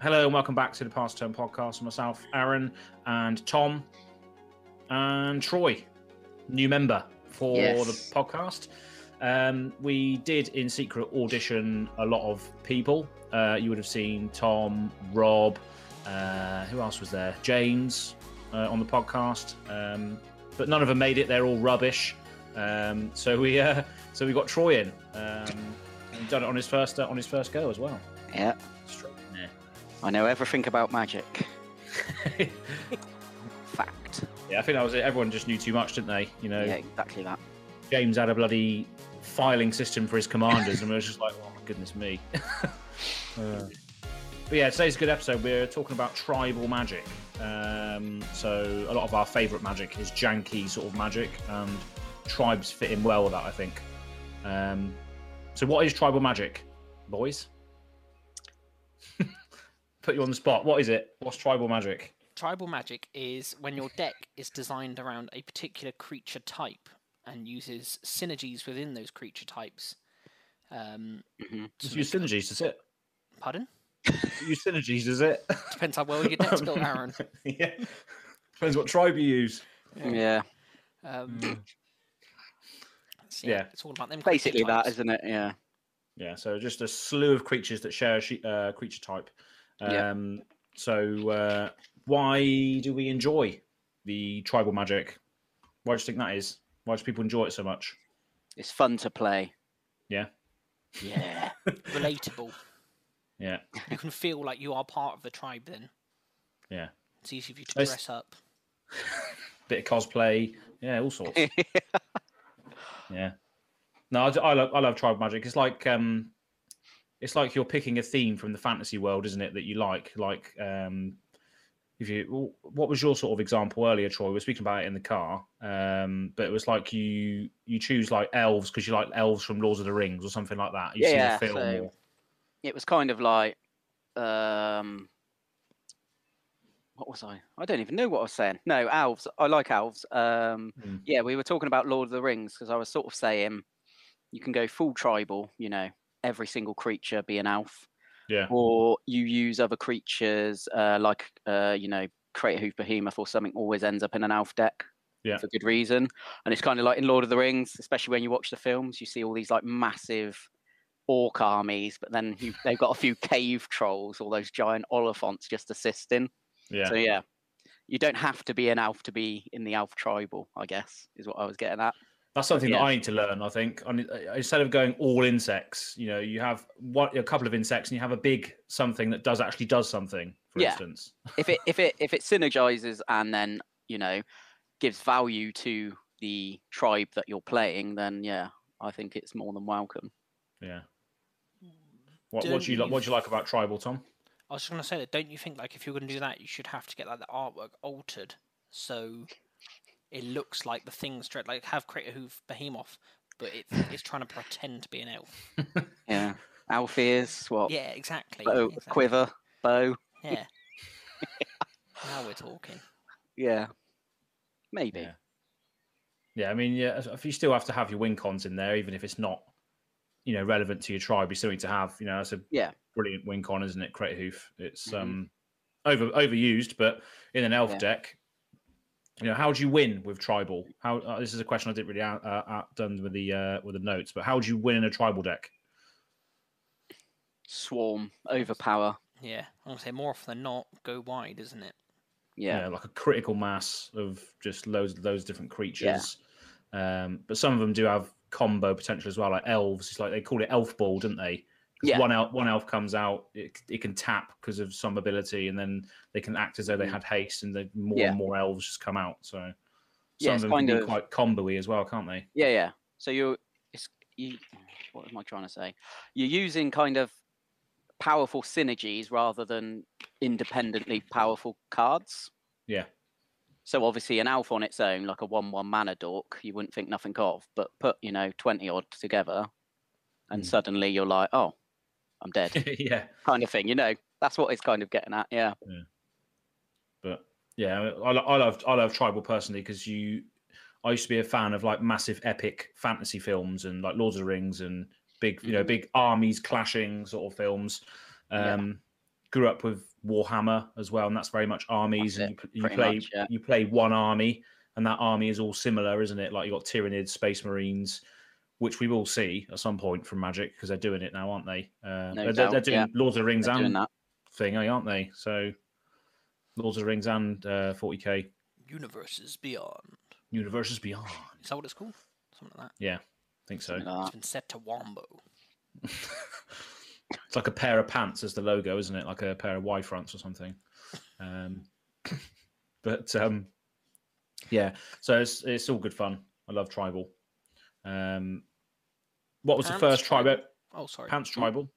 Hello and welcome back to the Past Term Podcast. Myself, Aaron, and Tom, and Troy, new member for Yes. the podcast. Um, we did in secret audition a lot of people. Uh, you would have seen Tom, Rob, uh, who else was there? James uh, on the podcast, um, but none of them made it. They're all rubbish. Um, so we uh, so we got Troy in. Um, and done it on his first uh, on his first go as well. Yeah, Straight in there. I know everything about magic. Fact. Yeah, I think that was it. Everyone just knew too much, didn't they? You know, Yeah, exactly that. James had a bloody filing system for his commanders, and we were just like, oh, goodness me. Uh, but yeah, today's a good episode. We're talking about tribal magic. Um, so, a lot of our favourite magic is janky sort of magic, and tribes fit in well with that, I think. Um, so, what is tribal magic, boys? Put you on the spot. What is it? What's tribal magic? Tribal magic is when your deck is designed around a particular creature type and uses synergies within those creature types. Um, hmm Just to use make- synergies, is it? Pardon? use synergies, is it? Depends how well your deck's built, Aaron. yeah. Depends what tribe you use. Yeah. Um, so Yeah. It's all about them. creature basically that, types. isn't it? Yeah. Yeah, so just a slew of creatures that share a she- uh, creature type. Yeah. Um, So, uh, why do we enjoy the tribal magic? Why do you think that is? Why do people enjoy it so much? It's fun to play. Yeah. Yeah. relatable. Yeah. You can feel like you are part of the tribe then. Yeah. It's easy for you to Nice. dress up. Bit of cosplay. Yeah, all sorts. Yeah. No, I, d- I love I love tribal magic. It's like um, it's like you're picking a theme from the fantasy world, isn't it? That you like. Like um, if you w- what was your sort of example earlier, Troy? We were speaking about it in the car, um, but it was like you you choose like elves because you like elves from Lords of the Rings or something like that. You've Yeah, seen a film so- or- it was kind of like um what was I? I don't even know what I was saying. No, elves. I like elves. Um Mm. yeah, we were talking about Lord of the Rings because I was sort of saying you can go full tribal, you know, every single creature be an elf. Yeah. Or you use other creatures uh like uh you know, Crater Hoof Behemoth or something always ends up in an elf deck. Yeah. For good reason. And it's kind of like in Lord of the Rings, especially when you watch the films, you see all these like massive orc armies, but then you, they've got a few cave trolls, all those giant oliphants just assisting. yeah. So yeah, you don't have to be an elf to be in the elf tribal, I guess, is what I was getting at. That's something Yeah. that I need to learn. I think I need, uh, instead of going all insects, you know, you have what a couple of insects and you have a big something that does actually does something. For Yeah. instance, If it if it if it synergizes and then you know gives value to the tribe that you're playing, then yeah, I think it's more than welcome. yeah. What, what do you Don't like? What do you like about tribal, Tom? I was just going to say that, don't you think, like, if you're going to do that, you should have to get, like, the artwork altered so it looks like the thing's dread, like, have Crater Hoof Behemoth, but it, it's trying to pretend to be an elf. Yeah, elf ears, what? Yeah, exactly. bow, exactly. Oh. quiver, bow. Yeah. now we're talking. Yeah, maybe. Yeah. Yeah, I mean, yeah, if you still have to have your win cons in there, even if it's not, you know, relevant to your tribe, you still need to have, you know, that's a Yeah. brilliant win con, isn't it? Crater Hoof. It's Mhm. um over overused, but in an elf Yeah. deck, you know, how do you win with tribal? How uh, this is a question I didn't really a uh, out done with the uh, with the notes, but how do you win in a tribal deck? Swarm, overpower. Yeah. I'm going to say more often than not, go wide, isn't it? yeah. you know, like a critical mass of just loads of those different creatures. Um, but some of them do have combo potential as well, like elves. It's like they call it elf ball, don't they? 'Cause Yeah. One elf, one elf comes out, it, it can tap because of some ability, and then they can act as though they Mhm. had haste, and then more Yeah. and more elves just come out. So some Yeah, of it's them can kind be of- quite combo-y as well, can't they? Yeah, yeah. So you're, it's, you, what am I trying to say? You're using kind of powerful synergies rather than independently powerful cards. Yeah. So obviously, an alpha on its own, like a one-one mana dork, you wouldn't think nothing of. But put, you know, twenty odd together, and Mm. suddenly you're like, oh, I'm dead, yeah. kind of thing. You know, that's what it's kind of getting at. Yeah. but yeah, I, lo- I love I love tribal personally because you. I used to be a fan of like massive epic fantasy films and like Lords of the Rings and big you know Mhm. big armies clashing sort of films. Yeah. Um, Grew up with Warhammer as well, and that's very much armies. That's and you, you pretty play much, yeah. you play one army, and that army is all similar, isn't it? Like you got Tyranids, Space Marines, which we will see at some point from Magic because they're doing it now, aren't they? Uh, they're, No they're- doubt, they're doing yeah. Lord of the Rings They're doing and that. thing, eh, aren't they? So Lord of the Rings and uh, 40k Universes Beyond. Universes Beyond. Is that what it's called? Something like that. I think so. Something like It's that. been set to Wombo. It's like a pair of pants as the logo, isn't it? Like a pair of Y fronts or something. Um, but um, yeah, so it's, it's all good fun. I love tribal. Um, what was Pants the first tribal? tribal. Oh, sorry. Pants tribal.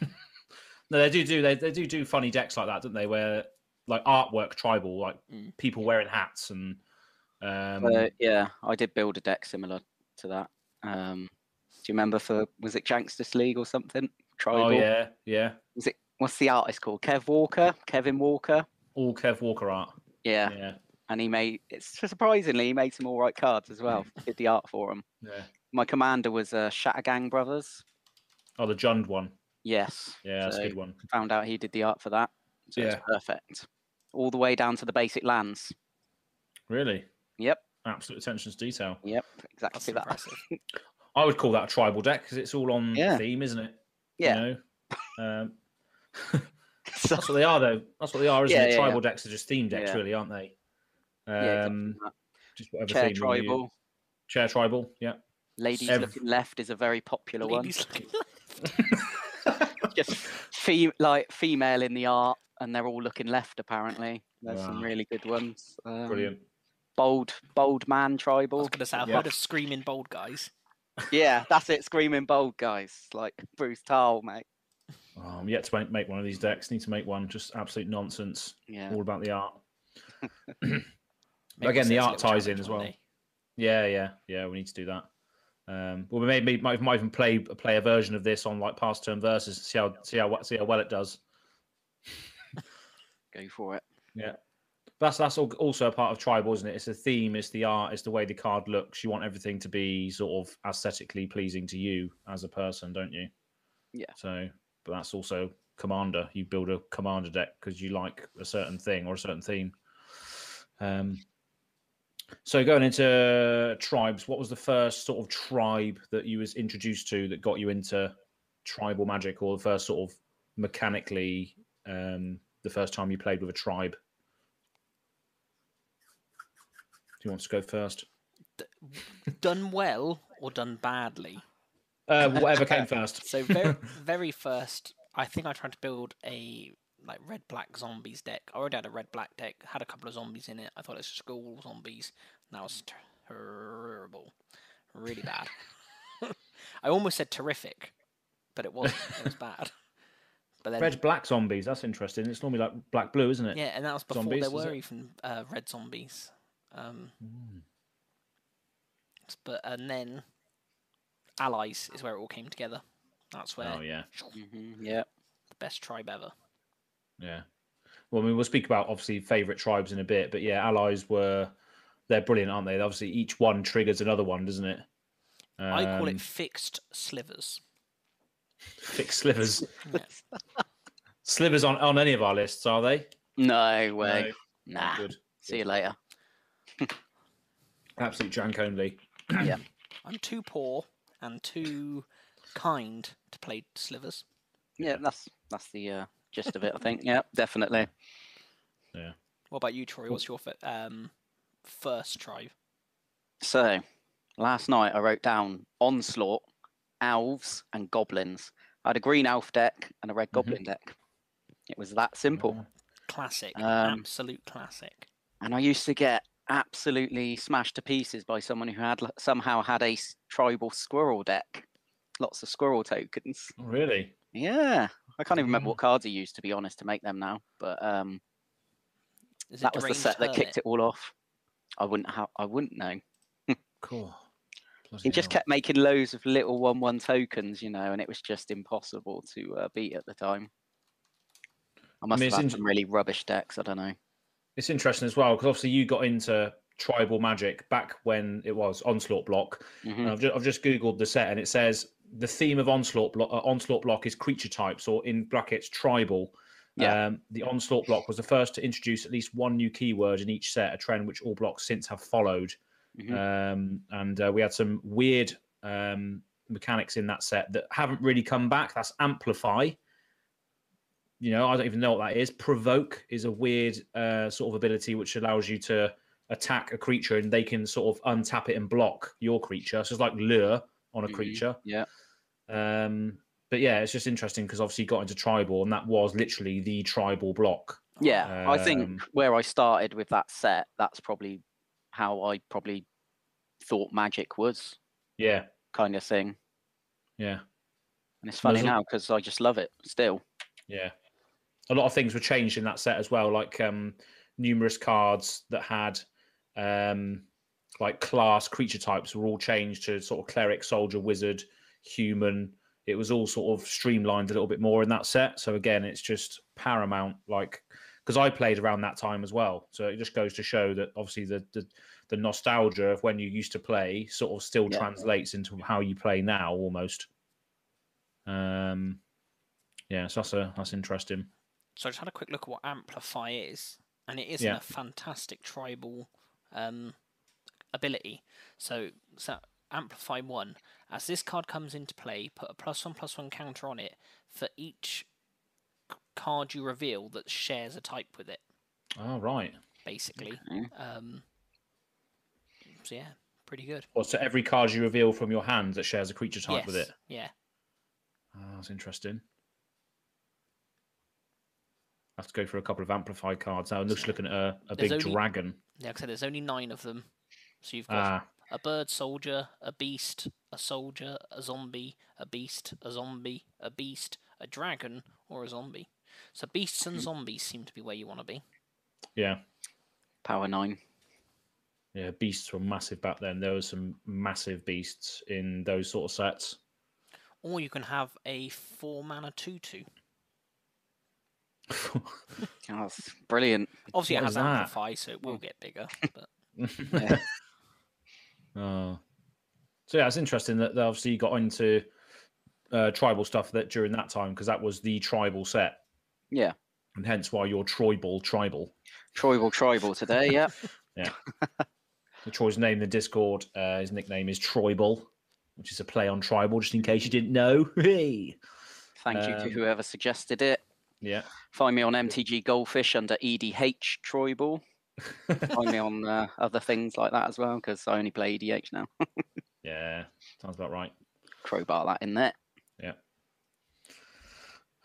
no, they do do they, they do do funny decks like that, don't they? Where like artwork tribal, like Mm. people wearing hats and um, Uh, yeah, I did build a deck similar to that. Um, do you remember for was it Janksters League or something? Tribal. oh yeah, yeah, What's the artist called? Kev Walker, Kevin Walker. all Kev Walker art. Yeah, yeah. and he made it's surprisingly he made some all right cards as well. Mm. did the art for him. yeah. My commander was uh, Shattergang Brothers. Oh, the Jund one. Yes. Yeah, that's So- a good one. found out he did the art for that. So Yeah. it's perfect. All the way down to the basic lands. Really? Yep. Absolute attention to detail. Yep. That's Exactly that. impressive. I would call that a tribal deck because it's all on Yeah. theme, isn't it? Yeah. You know? um, So, that's what they are, though. That's what they are, isn't Yeah, it? yeah, Tribal decks are just theme decks, Yeah. really, aren't they? Um, yeah, Just whatever chair theme you use. tribal. Chair tribal, yeah. Ladies Ev- looking left is a very popular one. Ladies looking Just fe- like female in the art, and they're all looking left. Apparently, there's some Wow. really good ones. Um, Brilliant. Bold, bold man I was tribal. going to say, I've Yeah. heard of screaming bold guys. yeah, that's it. Screaming bold guys like Bruce Tarl, mate. Oh, I'm yet to make- make one of these decks. Need to make one. Just absolute nonsense. Yeah. All about the art. Maybe again, the set us a art little ties in challenge as one well. day. Yeah, yeah, yeah. We need to do that. Um, well, we may, may might, might even play play a version of this on like past term versus see how see how see how well it does. Go for it. That's that's al- also a part of tribal, isn't it? It's the theme, it's the art, it's the way the card looks. You want everything to be sort of aesthetically pleasing to you as a person, don't you? Yeah. So, but that's also commander. You build a commander deck because you like a certain thing or a certain theme. Um. So going into tribes, what was the first sort of tribe that you was introduced to that got you into tribal magic, or the first sort of mechanically um, the first time you played with a tribe? Do you want to go first? Done well or done badly. Uh, whatever came first. So very, very first, I think I tried to build a like red black zombies deck. I already had a red black deck, had a couple of zombies in it. I thought it was just all zombies. And that was terrible, really bad. I almost said terrific, but it wasn't. It was bad. But then, Red black zombies. That's interesting. It's normally like black blue, isn't it? yeah, and that was before Zombies, there is were it? even uh, red zombies. Um, Mm. but and then allies is where it all came together. That's where Oh yeah, hmm yeah. the best tribe ever. yeah. Well, I mean, we'll speak about obviously favorite tribes in a bit, but yeah, allies were they're brilliant, aren't they? Obviously, each one triggers another one, doesn't it? I call Um, it fixed slivers. thick slivers. Yeah. Slivers on on any of our lists, are they? No way. No, Nah. Good. See you later. Absolute jank only. I'm too poor and too kind to play slivers. Yeah, that's that's the uh, gist of it. I think. Yeah, definitely. What about you, Troy? What's your fi- um, first tribe? So, last night I wrote down onslaught, elves, and goblins. I had a green elf deck and a red Mm-hmm. Mhm. goblin deck. It was that simple. Oh, Classic, Um, absolute classic. And I used to get absolutely smashed to pieces by someone who had l- somehow had a s- tribal squirrel deck. Lots of squirrel tokens. Oh, really? Yeah, I can't even remember Mm. what cards I used to be honest to make them now, but um, Is it that was the deranged set that kicked hermit? it all off. I wouldn't have. I wouldn't know. Cool. Bloody He just hell. kept making loads of little one-one tokens, you know, and it was just impossible to uh, beat at the time. I must mean, it's have had int- some really rubbish decks. I don't know. It's interesting as well because obviously you got into tribal magic back when it was onslaught block. Mhm. And I've, just, I've just googled the set and it says the theme of onslaught block uh, onslaught block is creature types or in brackets tribal. Yeah. Um, the Onslaught block was the first to introduce at least one new keyword in each set, a trend which all blocks since have followed. Mhm. Um, and uh, we had some weird um, mechanics in that set that haven't really come back. That's amplify. You know, I don't even know what that is. Provoke is a weird uh, sort of ability which allows you to attack a creature and they can sort of untap it and block your creature. So it's like lure on a Mhm. creature. Yeah. Um, but yeah, it's just interesting because obviously you got into tribal, and that was literally the tribal block. Yeah, I think Um, where I started with that set, that's probably how I probably thought magic was Yeah, kind of thing. yeah, And it's funny There's a- now because I just love it still. yeah. A lot of things were changed in that set as well, like um, numerous cards that had um, like class creature types were all changed to sort of cleric, soldier, wizard, human. It was all sort of streamlined a little bit more in that set. So again, it's just paramount. Like because I played around that time as well, so it just goes to show that obviously the the, the nostalgia of when you used to play sort of still Yeah. translates into how you play now almost. Um, yeah, so that's a, that's interesting. So I just had a quick look at what Amplify is, and it isn't Yeah. a fantastic tribal um, ability. So, so Amplify 1. As this card comes into play, put a plus 1 plus 1 counter on it for each c- card you reveal that shares a type with it, All right. basically. Okay. Um, so, yeah, pretty good. Well, so every card you reveal from your hand that shares a creature type yes. with it. Yeah. Ah, that's interesting. I have to go for a couple of amplify cards now. I'm just looking at a, a There's big only- dragon. Like I said, there's only nine of them. So you've got Ah, a bird soldier, a beast, a soldier, a zombie, a beast, a zombie, a beast, a dragon, or a zombie. So beasts Hmm. and zombies seem to be where you want to be. yeah. Power nine. Yeah, beasts were massive back then. There were some massive beasts in those sort of sets. Or you can have a four mana two two. Oh, that's brilliant. Obviously, What is it has that? Hmm. amplify, so it will get bigger. But Yeah. Oh. So yeah, it's interesting that they obviously got into uh, tribal stuff that during that time because that was the tribal set, Yeah. and hence why you're tribal tribal. Tribal tribal today. Yeah. Troy's name in the Discord, uh, his nickname is Troyball, which is a play on tribal. Just in case you didn't know, hey, Thank you Um, to whoever suggested it. yeah, Find me on MTG Goldfish under E EDH Troibal. Find me on uh, other things like that as well because I only play EDH now. yeah, sounds about right. Crowbar that in there.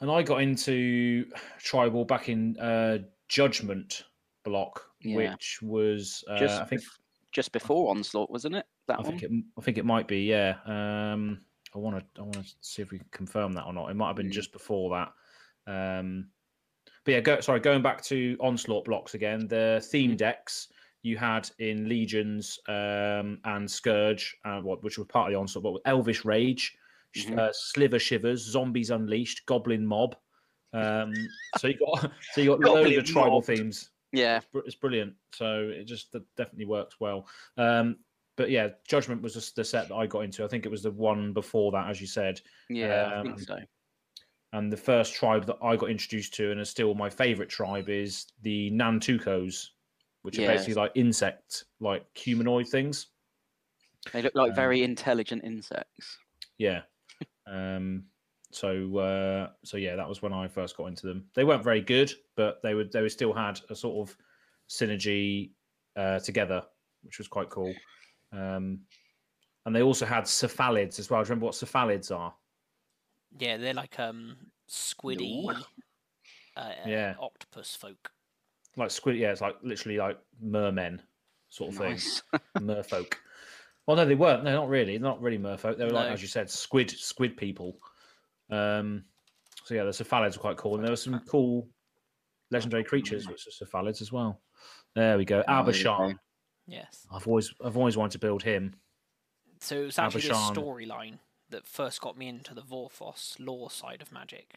And I got into tribal back in uh, Judgment block, Yeah. which was uh, Just I think bef- just before Onslaught, wasn't it? That I one. think it I think it might be yeah. Um, I want to I want to see if we can confirm that or not. It might have been Mm. just before that. Um, but yeah, go, sorry, going back to onslaught blocks again. The Mm. theme decks you had in Legions um, and Scourge, uh, what which were part of the onslaught, but with Elvish Rage, sh Mhm. uh, Sliver Shivers, Zombies Unleashed, Goblin Mob. Um, so you got so you got loads Goblin of tribal Mob. themes Yeah. br- it's brilliant. So it just that definitely works well. Um, but yeah, Judgment was just the set that I got into. I think it was the one before that, as you said. Yeah. I Um, think so. And the first tribe that I got introduced to, and is still my favorite tribe, is the Nantukos, which Yeah. are basically like insect, like humanoid things. They look like um, very intelligent insects. Yeah. Um, so uh, so yeah, that was when I first got into them. They weren't very good, but they would they were still had a sort of synergy uh, together, which was quite cool. Um, and they also had cephalids as well. Do you remember what cephalids are? yeah, they're like um squiddy uh, Yeah. octopus folk. Like squid, yeah, it's like literally like mermen sort of thing. Nice. merfolk. Well, no, they weren't. No, not really. Not really merfolk. They were like, No. as you said, squid squid people. Um, so yeah, the cephalids were quite cool, and there were some cool legendary creatures, which are cephalids as well. There we go, Oh, there we Abashan. go. Yes. I've always I've always wanted to build him. So it was actually this Abishan. storyline that first got me into the Vorphos lore side of Magic.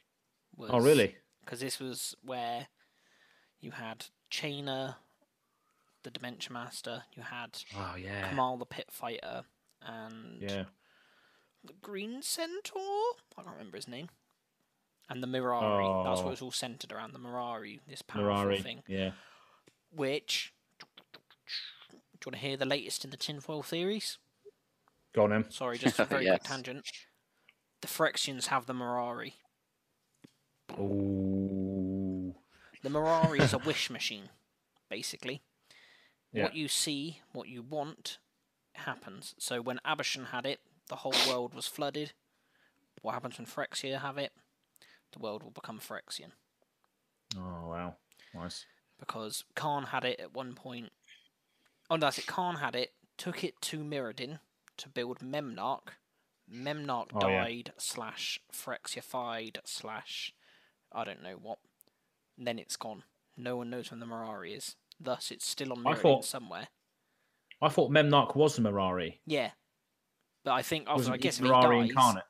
Was Oh really? because this was where you had Chainer, the Dementia Master, you had Oh yeah. Kamal the Pit Fighter, and Yeah. the Green Centaur. I can't remember his name. and the Mirari. That's Oh. what it's all centered around the Mirari, this powerful Ferrari. thing. Yeah. Which do you want to hear the latest in the tinfoil theories? Go on, him. Sorry, just a very Yes. quick tangent. The Phyrexians have the Mirari. Ooh. The Mirari is a wish machine, basically. Yeah. What you see, what you want, happens. So when Abishan had it, the whole world was flooded. What happens when Phyrexia have it? The world will become Phyrexian. Oh wow. Nice. Because Khan had it at one point. Oh, no, that's it. Khan had it, took it to Mirrodin to build Memnarch. Memnarch Oh, yeah. died, slash, Phyrexiafied, slash, I don't know what. And then it's gone. No one knows when the Mirari is. Thus, it's still on I Mirrodin thought- somewhere. I thought Memnarch was the Mirari. Yeah. But I think, I was Wasn't like, he Oh, I guess if he Mirari dies, incarnate.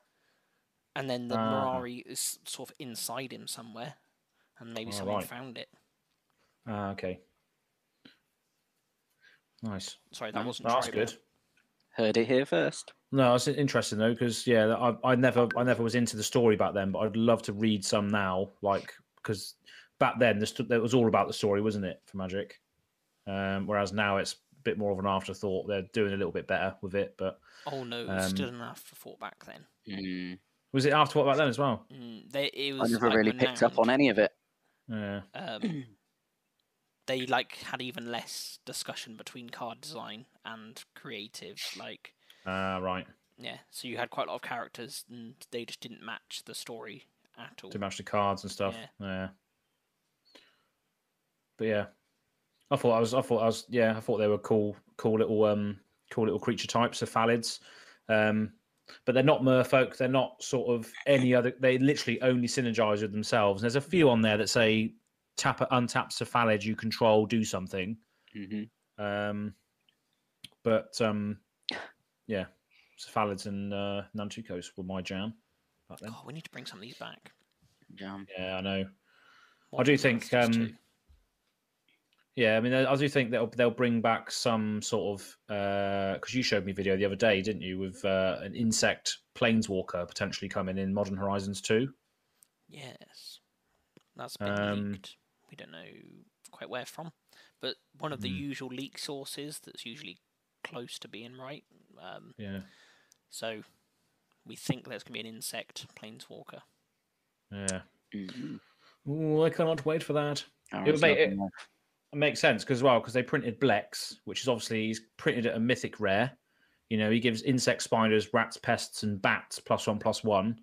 and then the Ah. Mirari is sort of inside him somewhere, and maybe someone Alright. found it. Ah, okay. Nice. Sorry, that Mm. wasn't No, that's true. good. Heard it here first. No, it's interesting though because yeah, I, I never I never was into the story back then, but I'd love to read some now, like because back then the st- it was all about the story, wasn't it, for Magic? Um, whereas now it's a bit more of an afterthought. They're doing a little bit better with it, but Oh no, it was Um, still enough for Fort Back then. Mm. was it afterthought back then as well? Mm, they, it I was never like, really picked up on any of it. Yeah. renowned. Um, they like had even less discussion between card design and creative. Like, Ah, right. yeah, so you had quite a lot of characters, and they just didn't match the story at all. to match the cards and stuff. Yeah. Yeah. But yeah, I thought I was. I thought I was. Yeah, I thought they were cool, cool little, um, cool little creature types of phalids. Um, but they're not merfolk. They're not sort of any other. They literally only synergize with themselves. And there's a few on there that say tap untap cephalid you control, do something. hmm Um, but um, yeah, cephalids and uh, nunchukos were my jam back then. God, we need to bring some of these back. Jam. Yeah, I know. Modern do think, Masters um, too. Yeah, I mean, I I do think they'll they'll bring back some sort of because you showed me a video the other day, didn't you, with uh, an insect planeswalker potentially coming in Modern Horizons two. Yes. That's been Um, leaked. We don't know quite where from. But one of the Mm. usual leak sources that's usually close to being right. Um, Yeah, so we think there's going to be an insect planeswalker. yeah. Mhm. Ooh, I cannot wait for that. All would so make it- yeah. It makes sense because well, because they printed Blex, which is obviously he's printed at a mythic rare. You know, he gives insect spiders, rats, pests, and bats plus one plus one.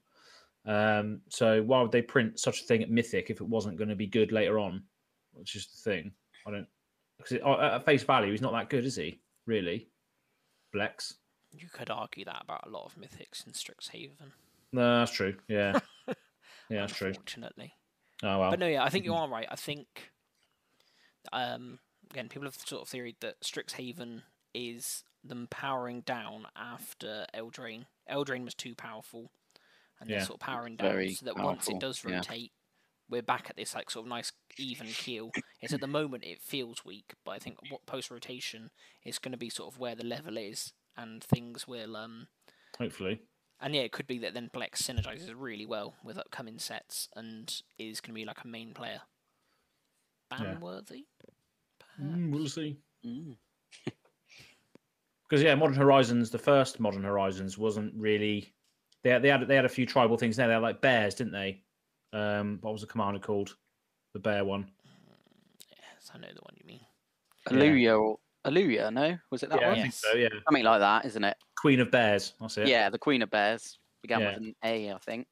Um, so why would they print such a thing at mythic if it wasn't going to be good later on? Which is the thing. I don't because at face value he's not that good, is he? Really, Blex. You could argue that about a lot of mythics in Strixhaven. No, that's true. Yeah, yeah, that's true. Unfortunately. Oh well. But no, yeah, I think you are right. I think, um, again, people have sort of theoried that Strixhaven is them powering down after Eldraine. Eldraine was too powerful, and Yeah. they're sort of powering down Very so that once powerful, it does yeah. rotate, we're back at this like sort of nice even keel. It's at the moment it feels weak, but I think what post rotation is going to be sort of where the level is, and things will um Hopefully, and yeah, it could be that then Blex synergizes really well with upcoming sets and is going to be like a main player. Yeah. Ban worthy? Mm, we'll see. Mm. because yeah, Modern Horizons, the first Modern Horizons, wasn't really. They had, they had they had a few tribal things there. They had like bears, didn't they? Um, what was the commander called? The bear one. Yes, I know the one you mean. Yeah. Aluya or Aluya? No, was it that yeah, I one? think so. Yeah, Something like that, isn't it? Queen of Bears. That's Yeah, it. the Queen of Bears began Yeah. with an A, I think.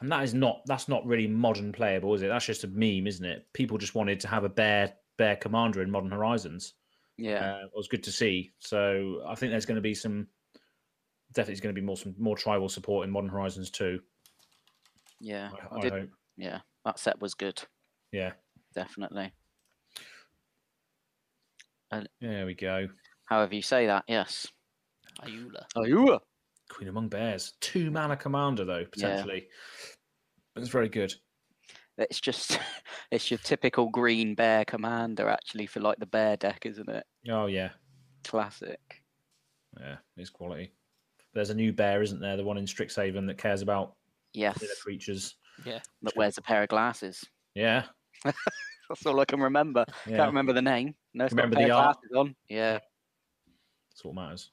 and that is not that's not really modern playable, is it? That's just a meme, isn't it? People just wanted to have a bear bear commander in Modern Horizons. Yeah, uh, it was good to see. So I think there's going to be some definitely is going to be more some more tribal support in Modern Horizons too. yeah, I, I I did- hope. yeah. That set was good, Yeah. definitely. There we go. However you say that, yes. Ayula. Ayua. Queen Among Bears. Two mana commander though, potentially. That's very good. It's just, it's your typical green bear commander actually for like the bear deck, isn't it? Oh yeah. Classic. Yeah, it's quality. There's a new bear, isn't there? The one in Strixhaven that cares about Yes. little creatures. Yeah. that wears a pair of glasses. Yeah. That's all I can remember. Yeah. Can't remember the name. No, it's Remember got a pair the of art. glasses on. Yeah. That's what matters.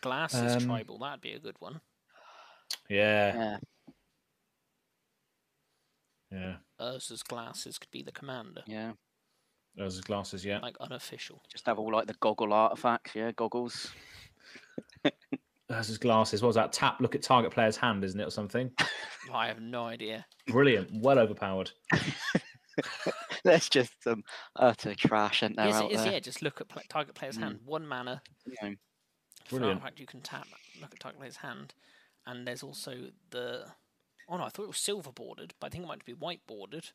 Glasses Um, tribal. That'd be a good one. Yeah. yeah. Yeah. Urza's glasses could be the commander, Yeah. Those glasses. Yeah. like unofficial. Just have all like the goggle artifacts. Yeah. Goggles. Those glasses. What was that? Tap. Look at target player's hand, isn't it, or something? I have no idea. Brilliant. Well overpowered. That's just some utter trash, and they're Yes, out it is. there. Yeah, just look at pla target player's Mm. hand. One mana. Yeah. For Hmm. Brilliant. an fact, you can tap. Look at target player's hand, and there's also the. Oh no, I thought it was silver bordered, but I think it might be white bordered.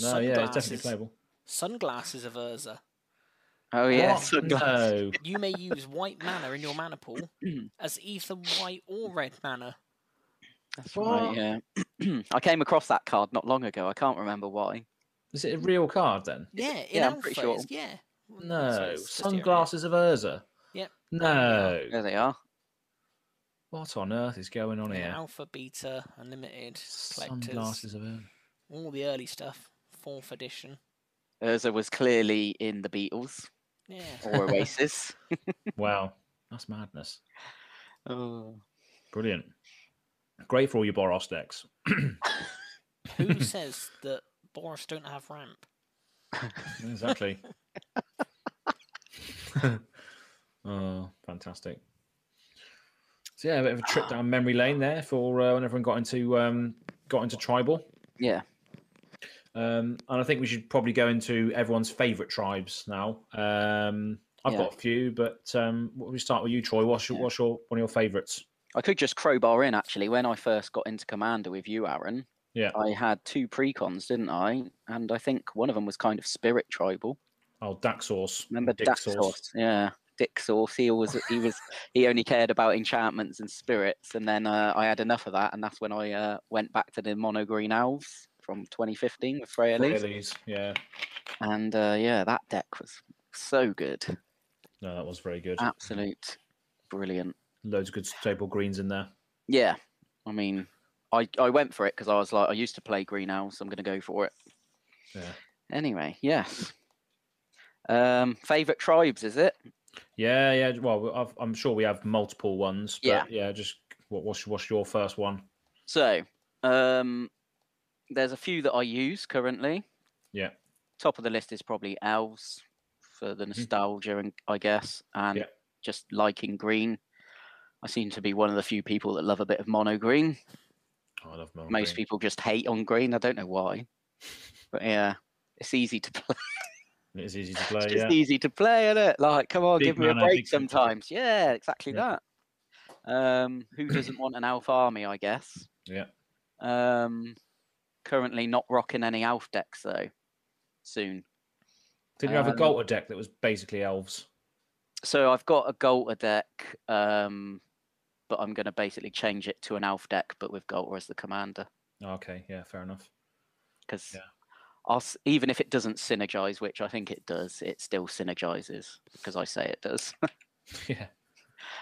No, yeah, it's definitely playable. Sunglasses of Urza. Oh yeah. What? No. Sunglasses. You may use white mana in your mana pool as either white or red mana. That's right. Yeah. I came across that card not long ago. I can't remember why. Is it a real card then? Yeah, in yeah, I'm alpha, pretty sure. it's- yeah. Well, Mm, so No. it's just here, isn't it? Sunglasses of Urza. Yep. No. There they are. What on earth is going on Yeah, here? Alpha, Beta, Unlimited, Collectors, Sunglasses of Urza. all the early stuff, fourth edition. Urza was clearly in the Beatles Yeah, or Oasis. Wow. That's madness. oh. Brilliant. Great for all your Boros decks. who says that Boris don't have ramp? Exactly. oh, fantastic. So yeah, a bit of a trip down memory lane there for uh, when everyone got into um, got into tribal, Yeah. um, and I think we should probably go into everyone's favourite tribes now. Um, I've Yeah. got a few, but um, what- we start with you, Troy. What's your, Yeah. what's your one of your favourites? I could just crowbar in actually. When I first got into Commander with you, Aaron, Yeah. I had two precons, didn't I? And I think one of them was kind of Spirit Tribal. Oh, Daxos. Remember Dixos. Daxos? Yeah, Dixos. He was he was he only cared about enchantments and spirits. And then uh, I had enough of that, and that's when I uh, went back to the mono green elves from 2015 with Freya Leaf. Ailey's, Yeah, And uh, yeah, that deck was so good, no, that was very good. Ah. absolute brilliant. Loads of good staple greens in there. Yeah, I mean, I I went for it because I was like, I used to play Green Owls, I'm going to go for it. Yeah. Anyway, yes. Um, favorite tribes is it? Yeah, yeah. Well, we- I've, I'm sure we have multiple ones. But yeah, Yeah. Just what, what's what's your first one? So, um, there's a few that I use currently. Yeah. Top of the list is probably elves for the nostalgia, and I guess, and Mm-hmm. Yeah. just liking green. I seem to be one of the few people that love a bit of mono green. Oh, I love Mono Most Green. people just hate on green. I don't know why, but yeah, it's easy to play. It's easy to play. It's Yeah. just easy to play, is it? Like, come on, Big give me a mana, break big support. sometimes. Yeah, exactly Yeah. that. Um, who doesn't want an Alf army, I guess? Yeah. Um, currently not rocking any Alf decks though. Soon. Didn't you have a um, Golter deck that was basically elves? So I've got a Golter deck, um, but I'm going to basically change it to an Alf deck, but with Golter as the commander. Oh, okay. Yeah. Fair enough. Because Yeah. I'll, s- even if it doesn't synergize, which I think it does, it still synergizes because I say it does. yeah.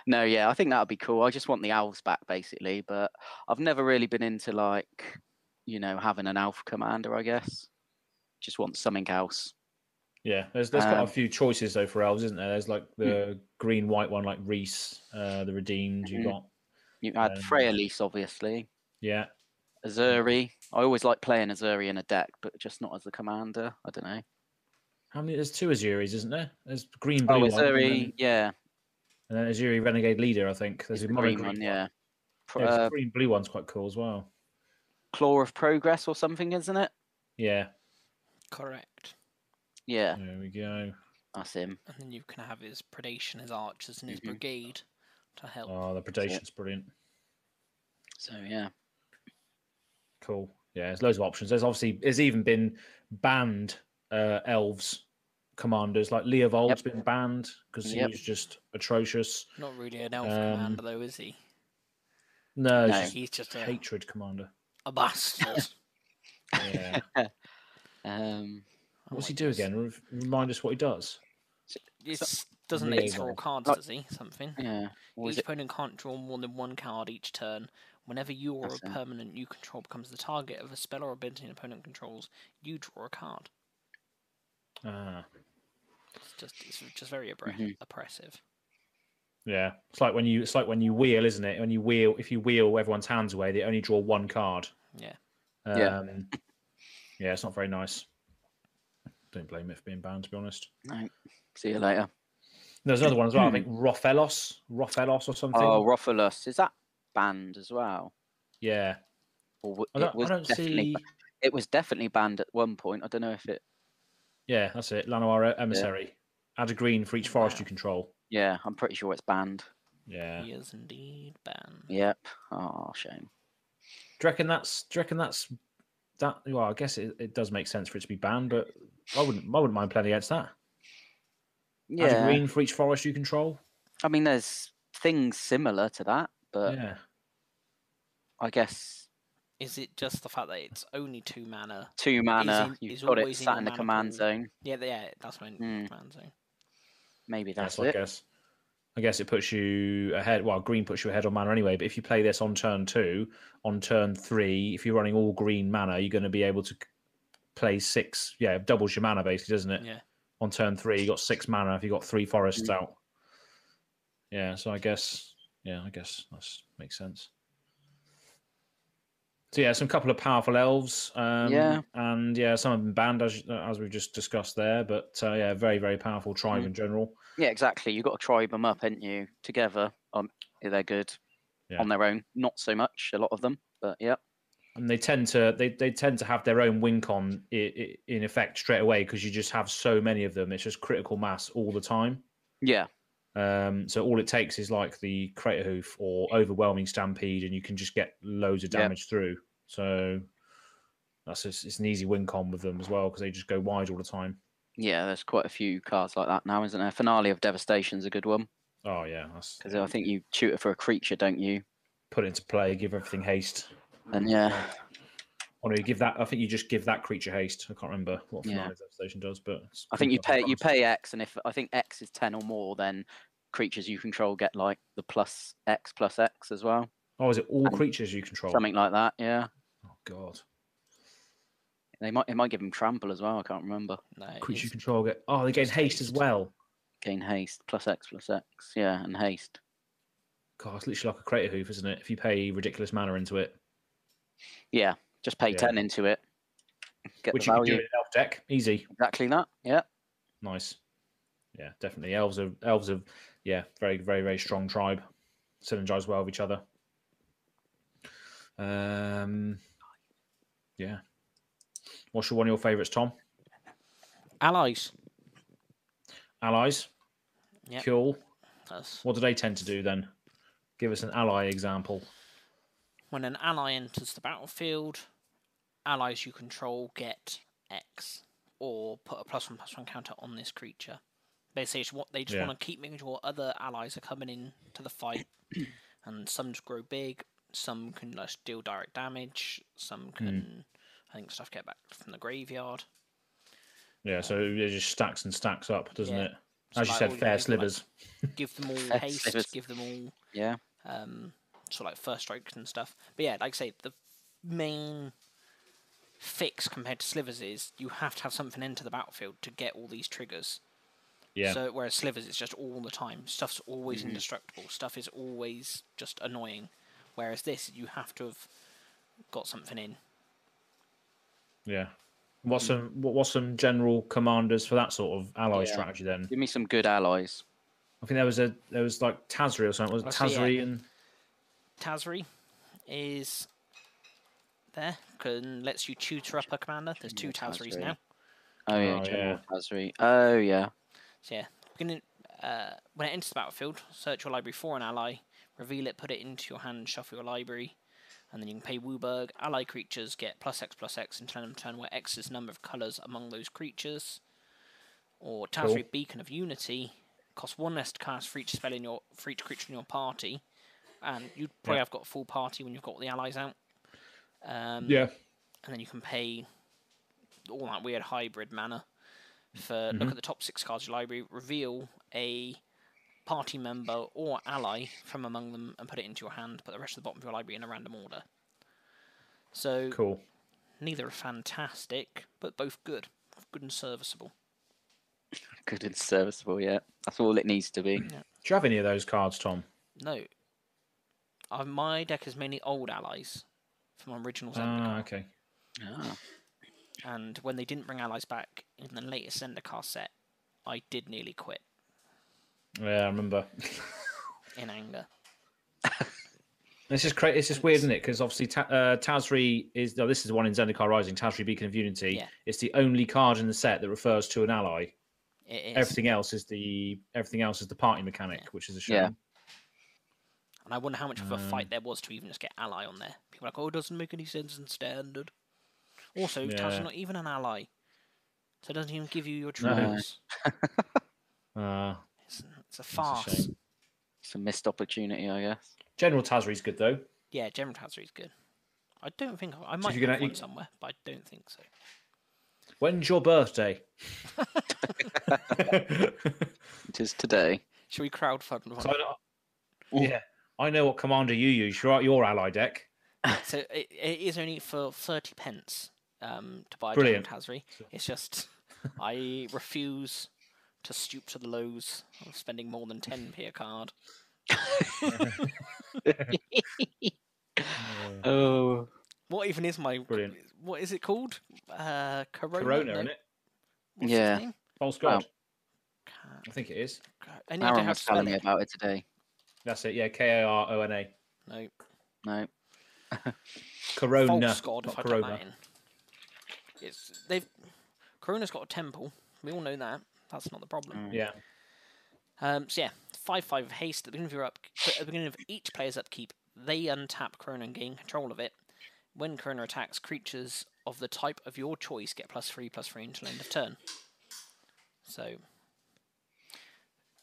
No, yeah, I think that'd be cool. I just want the elves back basically, but I've never really been into like, you know, having an elf commander, I guess. Just want something else. Yeah. There's there's quite a Um, hmm. few choices though for elves, isn't there? There's like the green white one, like Reese, uh, the Redeemed. You Mhm. got. You add Um, Freya Leafs, obviously. Yeah. Azuri. I always like playing Azuri in a deck, but just not as the commander. I don't know. How many? There's two Azuris, isn't there? There's green, blue Oh, one, and Azuri, then- yeah. and then Azuri Renegade Leader. I think there's is a the mono green one, yeah. Pro- Yeah, 'cause the uh, green blue one's quite cool as well. Claw of Progress or something, isn't it? Yeah. Correct. Yeah, There we go. that's him. And then you can have his predation, his archers, and his Mhm. brigade to help. Oh, the predation's brilliant. So, yeah. Cool. Yeah, there's loads of options. There's obviously there's even been banned uh, elves commanders like Leovold's been banned because he Yep. was just atrocious. Not really an elf Um, commander though, is he? No, No. it's He's just just a, hatred commander. a bastard. Yeah. Um, Oh What's my he do days. again? Re- Remind us what he does. It's doesn't really really draw well. cards, Like- does he? Something. yeah. Or is Each it opponent can't draw more than one card each turn Whenever you or That's a it. permanent you control becomes the target of a spell or ability an opponent controls, you draw a card. Ah, It's just it's just very oppre- Mhm. oppressive. yeah. It's like when you it's like when you wheel, isn't it? When you wheel, if you wheel everyone's hands away, they only draw one card. Yeah. Um, Yeah. yeah. It's not very nice. Don't blame it for being banned, to be honest. No. See you later. There's another one as well. I think Rofelos, Rofelos or something. Oh, Rophilus. Is that banned as well? yeah. Or w- I don't, it was I don't definitely see. ba- it was definitely banned at one point. I don't know if it. Yeah, that's it. Lanoir E- emissary. Add a green for each forest you Wow. control. Yeah, I'm pretty sure it's banned. Yeah. He is indeed banned. Yep. Oh, shame. Do you reckon that's? Do you reckon that's? That well, I guess it, it does make sense for it to be banned, but I wouldn't. I wouldn't mind playing against that. Add a Yeah. green for each forest you control. I mean, there's things similar to that, but yeah. I guess Is it just the fact that it's only two mana? two mana. in- you've is got it always in sat your in the mana command pool. zone. Yeah, th- yeah, that's my Hmm. command zone. Maybe That's that's I it. guess. I guess it puts you ahead. Well, green puts you ahead on mana anyway. But if you play this on turn two, on turn three, if you're running all green mana, you're going to be able to c- play six. Yeah, it doubles your mana basically, doesn't it? Yeah. On turn three, you got six mana if you got three forests Mm. out. Yeah. So I guess. Yeah, I guess that makes sense. So yeah, some couple of powerful elves. Um, Yeah. And yeah, some have been banned as as we've just discussed there. But uh, yeah, very very powerful tribe Mm. in general. Yeah, exactly. You've got to tribe them up, haven't you? Together, um, they're good. Yeah. On their own, not so much. A lot of them, but yeah. and they tend to they, they tend to have their own win con i- i- in effect straight away because you just have so many of them it's just critical mass all the time Yeah. um, so all it takes is like the crater hoof or overwhelming stampede and you can just get loads of Yeah. damage through so that's just, it's an easy win con with them as well because they just go wide all the time Yeah, there's quite a few cards like that now, isn't there? Finale of Devastation's a good one oh yeah that's because I think you tutor for a creature, don't you? put it into play give everything haste And yeah, or no, you give that i think you just give that creature haste i can't remember what Yeah. finale of devastation does but it's I think you pretty pay much you the pay X, and if I think X is ten or more, then creatures you control get like the plus X plus X as well, oh is it all and creatures you control something like that. Yeah, oh god they might it might give them trample as well. I can't remember. No, creature it's- control get oh they gain Just haste as haste. well Gain haste plus X plus X. Yeah, and haste. god it's literally like a crater hoof isn't it if you pay ridiculous mana into it Yeah, just pay Yeah. ten into it. Get which the you can do value. in an elf deck easy Exactly that. Yeah. nice yeah definitely elves are elves are yeah very very very strong tribe synergize well with each other um yeah what's your one of your favorites tom allies. allies Yep. cool That's what do they tend to do then give us an ally example when an ally enters the battlefield, allies you control get X or put a plus one plus one counter on this creature. They say it's what they just Yeah. want to keep making sure other allies are coming in to the fight, and some just grow big, some can like, deal direct damage, some can, I think, stuff get back from the graveyard. yeah so it just stacks and stacks up doesn't Yeah. it So, as you like, said all fair give them, like, slivers give them all Fair haste, slivers. give them all Yeah. um, sort of like first strokes and stuff. But yeah, like I say, the main fix compared to slivers is you have to have something into the battlefield to get all these triggers. yeah So whereas slivers, it's just all the time. Stuff's always Mhm. indestructible. Stuff is always just annoying. Whereas this, you have to have got something in. Yeah. Hmm. What's some what, what's some general commanders for that sort of ally Yeah. strategy then? Give me some good allies. I think there was a there was like Tazri or something. Was it I see, yeah. Tazri and Tazri is there can lets you tutor up a commander. There's two General Tazris Tazri. now. Oh yeah, Oh, General Tazri. Oh yeah. So yeah, beginning uh, when it enters the battlefield, search your library for an ally, reveal it, put it into your hand, shuffle your library, and then you can pay Wooburg. Ally creatures get plus X plus X until end of turn, where X is the number of colours among those creatures. Or Tazri Cool. Beacon of Unity costs one less to cast for each spell in your for each creature in your party, and you probably Yeah. have got a full party when you've got all the allies out. Um, Yeah. and then you can pay all that weird Mm-hmm. hybrid mana for look at the top six cards of your library, reveal a party member or ally from among them and put it into your hand, put the rest of the bottom of your library in a random order. So Cool. neither are fantastic, but both good. Good and serviceable. Good and serviceable, yeah. That's all it needs to be. Do you have any of those cards, Tom? No. Uh, my deck is mainly old allies from original Zendikar. Ah, okay. Ah, and when they didn't bring allies back in the latest Zendikar set, I did nearly quit Yeah, I remember. in anger. This is cra- It's just weird, isn't it? Because obviously, ta- uh, Tazri is. No, this is the one in Zendikar Rising. Tazri Beacon of Unity. Yeah. It's the only card in the set that refers to an ally. It is. Everything else is the everything else is the party mechanic, Yeah. which is a shame. Yeah. And I wonder how much of a Um, fight there was to even just get ally on there. People are like, oh, it doesn't make any sense in standard. Also, yeah. Yeah. not even an ally. So it doesn't even give you your true No. rules. Uh, It's, it's a that's a farce. shame. it's a missed opportunity, I guess. General Tazri's good though. yeah, General Tazri is good. I don't think I might you're have gonna- one you- somewhere, but I don't think so. When's your birthday? It is today. Should we crowdfund one? So I know- yeah, I know what commander you use. You're out your ally deck. so it, it is only for 30 pence um, to buy Brilliant. a General Tazri. So- It's just, I refuse to stoop to the lows of spending more than 10p a card. Oh, What even is my. Brilliant. What is it called? Uh, Corona. Corona, no, isn't it? what's its Yeah. name? False God. Ca- I think it is. ca- Any idea Aaron how was to spell telling me it? about it today. That's it. Yeah, K A R O N A. No. No. Corona. False God, not if I put Corona. that in. It's, they've, Corona's got a temple. We all know that. That's not the problem. Mm. Yeah. Um, so yeah, five five of haste at the beginning of your up at the beginning of each player's upkeep, they untap Corona and gain control of it. When Corona attacks, creatures of the type of your choice get plus three plus three until end of turn. So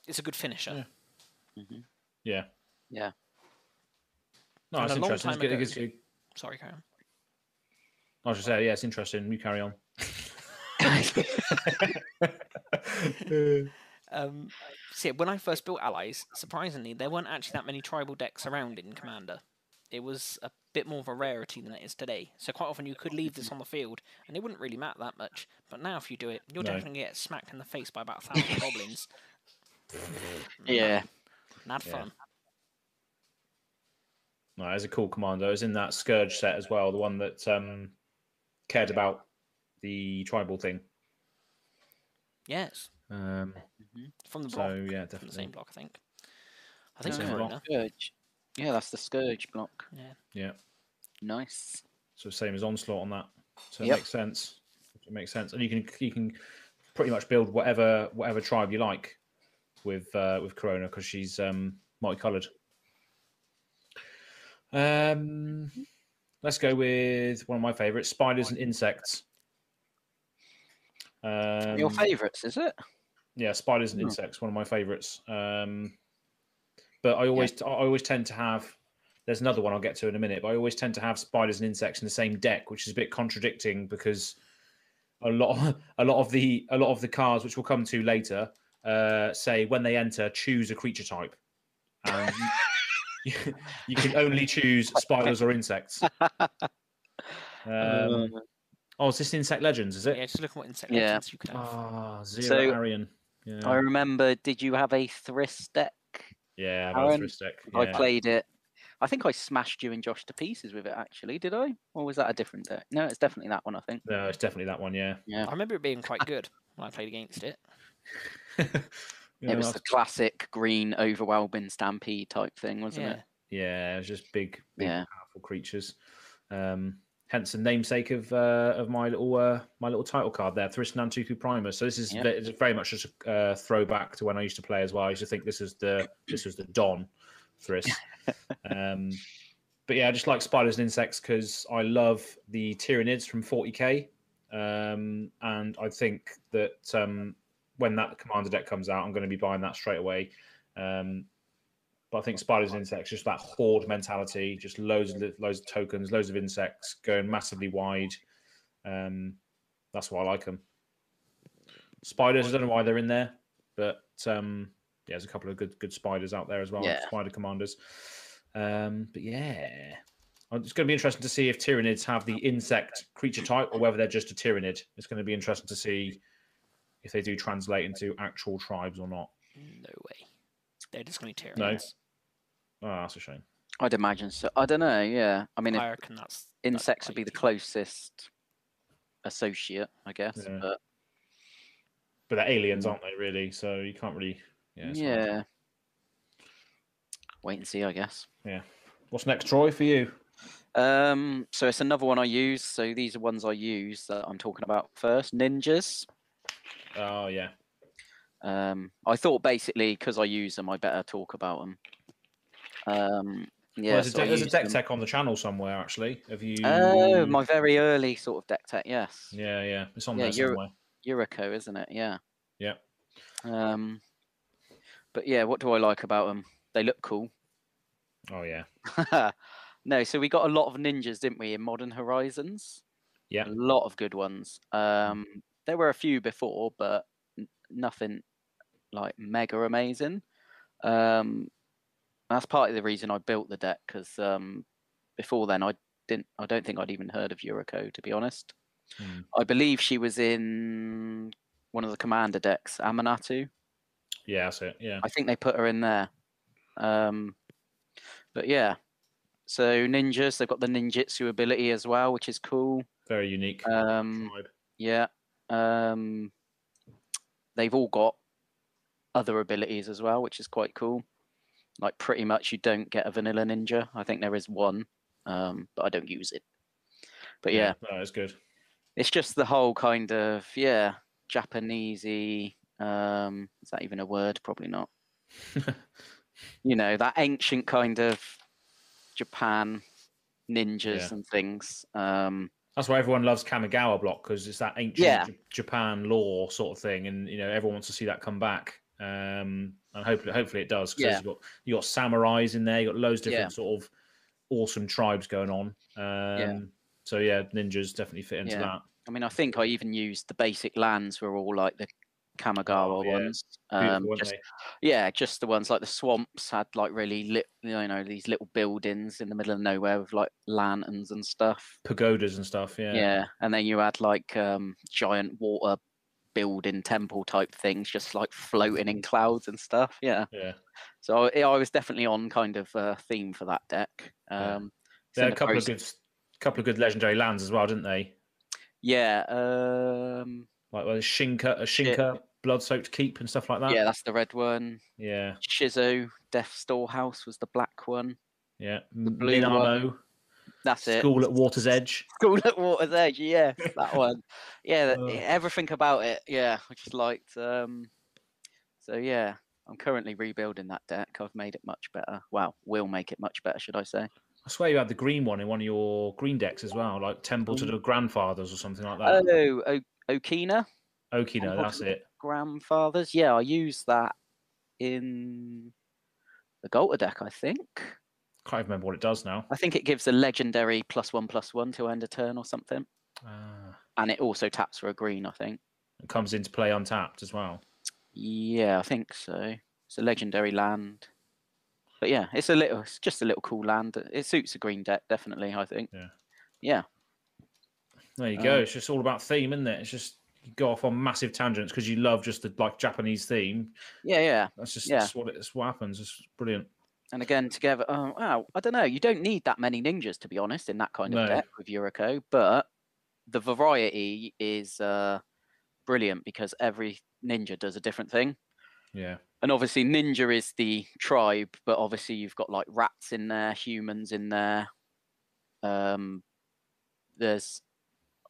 it's a good finisher. Yeah. Yeah. Yeah. No, And it's a interesting. long It's time good- it ago- gives you- Sorry, Karen. I was just saying, yeah, it's interesting. You carry on. Um, so yeah, when I first built allies, surprisingly, there weren't actually that many tribal decks around in Commander. It was a bit more of a rarity than it is today. So quite often you could leave this on the field, and it wouldn't really matter that much. But now, if you do it, you're No. definitely get smacked in the face by about a thousand goblins. yeah. And had Yeah. fun. No, it's a cool commander. It was in that Scourge set as well, the one that um, cared about the tribal thing. Yes, Um, from the block, so, yeah, from the definitely. same block, I think. I think Yeah. so. Same block. Corona. Scourge. Yeah, that's the Scourge block. Yeah. Yeah. Nice. So, same as Onslaught on that. So, it Yep. makes sense. It makes sense. And you can you can pretty much build whatever whatever tribe you like with uh, with Corona because she's um, multicolored. Um, let's go with one of my favorites spiders and insects. Um, Your favourites, is it? yeah spiders and Hmm. insects one of my favorites um but i always i always tend to have there's another one i'll get to in a minute but i always tend to have spiders and insects in the same deck which is a bit contradicting because a lot a lot of the a lot of the cards which we'll come to later uh say when they enter choose a creature type and you, you can only choose spiders or insects Uh, um, oh is this insect legends is yeah, it just look at what insect Yeah. legends you could have. ah zero So- Arian. yeah I remember, did you have a Thrist deck? Yeah, Aaron, Valtristic. Yeah. I played it. I think I smashed you and Josh to pieces with it, actually, did I? Or was that a different deck? No, it's definitely that one, I think. No, it's definitely that one. Yeah. I remember it being quite good when I played against it. Yeah, it was the that's- classic green overwhelming stampede type thing, wasn't Yeah. it? yeah, it was just big, big Yeah. powerful creatures. Um, hence the namesake of uh, of my little uh, my little title card there, Thrisnantuku Primus. So this is Yeah. ve- it's very much just a uh, throwback to when I used to play as well. I used to think this is the this was the Don Thris. um, but yeah, I just like spiders and insects because I love the Tyranids from 40k, um, and I think that um, when that commander deck comes out, I'm going to be buying that straight away. Um, but I think spiders and insects, just that horde mentality, just loads of loads of tokens, loads of insects going massively wide. Um, that's why I like them. Spiders, I don't know why they're in there, but um, yeah, there's a couple of good good spiders out there as well, Yeah. spider commanders. Um, but yeah, Oh, it's going to be interesting to see if Tyranids have the insect creature type or whether they're just a Tyranid. It's going to be interesting to see if they do translate into actual tribes or not. No way. They're just going to tear No. it. Oh, that's a shame. I'd imagine so. I don't know. Yeah, I mean, if I reckon that's that's insects would be the likely. closest associate, I guess. Yeah. But But they're aliens, aren't they? Really? So you can't really. Yeah. yeah, it's hard. wait and see, I guess. What's next, Troy, for you? Um, so it's another one I use. So these are ones I use that I'm talking about first. Ninjas. Oh yeah. Um, I thought basically because I use them, I better talk about them. Um, yeah, Well, there's, a so de- I there's a use deck them- tech on the channel somewhere. Actually, have you? Oh, my very early sort of deck tech. Yes, Yeah, yeah. It's on Yeah, there you're- somewhere. Yuriko, isn't it? Yeah. Yeah. Um, but yeah, what do I like about them? They look cool. Oh yeah. no, so we got a lot of ninjas, didn't we, in Modern Horizons? Yeah. Mm. A lot of good ones. Um, there were a few before, but n- nothing like mega amazing. Um, that's part of the reason I built the deck because um, before then I didn't. I don't think I'd even heard of Yuriko, to be honest. Mm. I believe she was in one of the commander decks, Amanatu. Yeah, that's it. Yeah. I think they put her in there. Um, but yeah, so ninjas, they've got the ninjutsu ability as well, which is cool. Very unique. Um, tribe. yeah, um, they've all got other abilities as well, which is quite cool. Like pretty much, you don't get a vanilla ninja. I think there is one, um, but I don't use it. But yeah, No, it's good. it's just the whole kind of yeah japanesey um is that even a word probably not you know that ancient kind of japan ninjas Yeah. and things um That's why everyone loves Kamigawa block because it's that ancient Yeah. J- Japan law sort of thing, and you know everyone wants to see that come back. Um, and hopefully, hopefully it does. Cause Yeah. you've got you got samurais in there. You have got loads of different Yeah. sort of awesome tribes going on. Um, So yeah, ninjas definitely fit into Yeah. that. i mean i think i even used the basic lands were all like the kamigawa Oh, yeah. ones Beautiful, um weren't just, they? yeah just the ones like the swamps had like really lit you know these little buildings in the middle of nowhere with like lanterns and stuff Pagodas and stuff. Yeah. Yeah, and then you had like um, giant water building temple type things, just like floating in clouds and stuff. Yeah, Yeah. so I, I was definitely on kind of uh, theme for that deck. Yeah. Um, it's They in had a the couple of process- good, couple of good legendary lands as well, didn't they? Yeah, um, Like well, Shinka, a Shinka blood-soaked keep and stuff like that. yeah, that's the red one. yeah, Shizu, Death Storehouse was the black one. yeah. blue Minamo, That's it. school at Water's Edge. School at Water's Edge. Yes, that one. Yeah, Uh. that- everything about it. Yeah, I just liked. Um, so yeah, I'm currently rebuilding that deck. I've made it much better. Well, will make it much better, should I say? I swear you had the green one in one of your green decks as well, like Temple to Mm. the Grandfathers or something like that. Oh, o- Okina Okino, Temple that's to the it. grandfathers. Yeah, I used that in the Golter deck. I think. Can't even remember what it does now. I think it gives a legendary plus one plus one to end a turn or something, Ah, and it also taps for a green. I think. it comes into play untapped as well. Yeah, I think so. It's a legendary land. But yeah, it's a little it's just a little cool land. It suits a green deck definitely, I think. There you go. Um, it's just all about theme, isn't it? It's just you go off on massive tangents because you love just the like Japanese theme. Yeah, yeah. That's just Yeah. that's what it, that's what happens. It's brilliant. And again together oh wow, I don't know, you don't need that many ninjas to be honest in that kind of No. deck with Yuriko, but the variety is uh brilliant because every ninja does a different thing. Yeah, and obviously ninja is the tribe but obviously you've got like rats in there humans in there um there's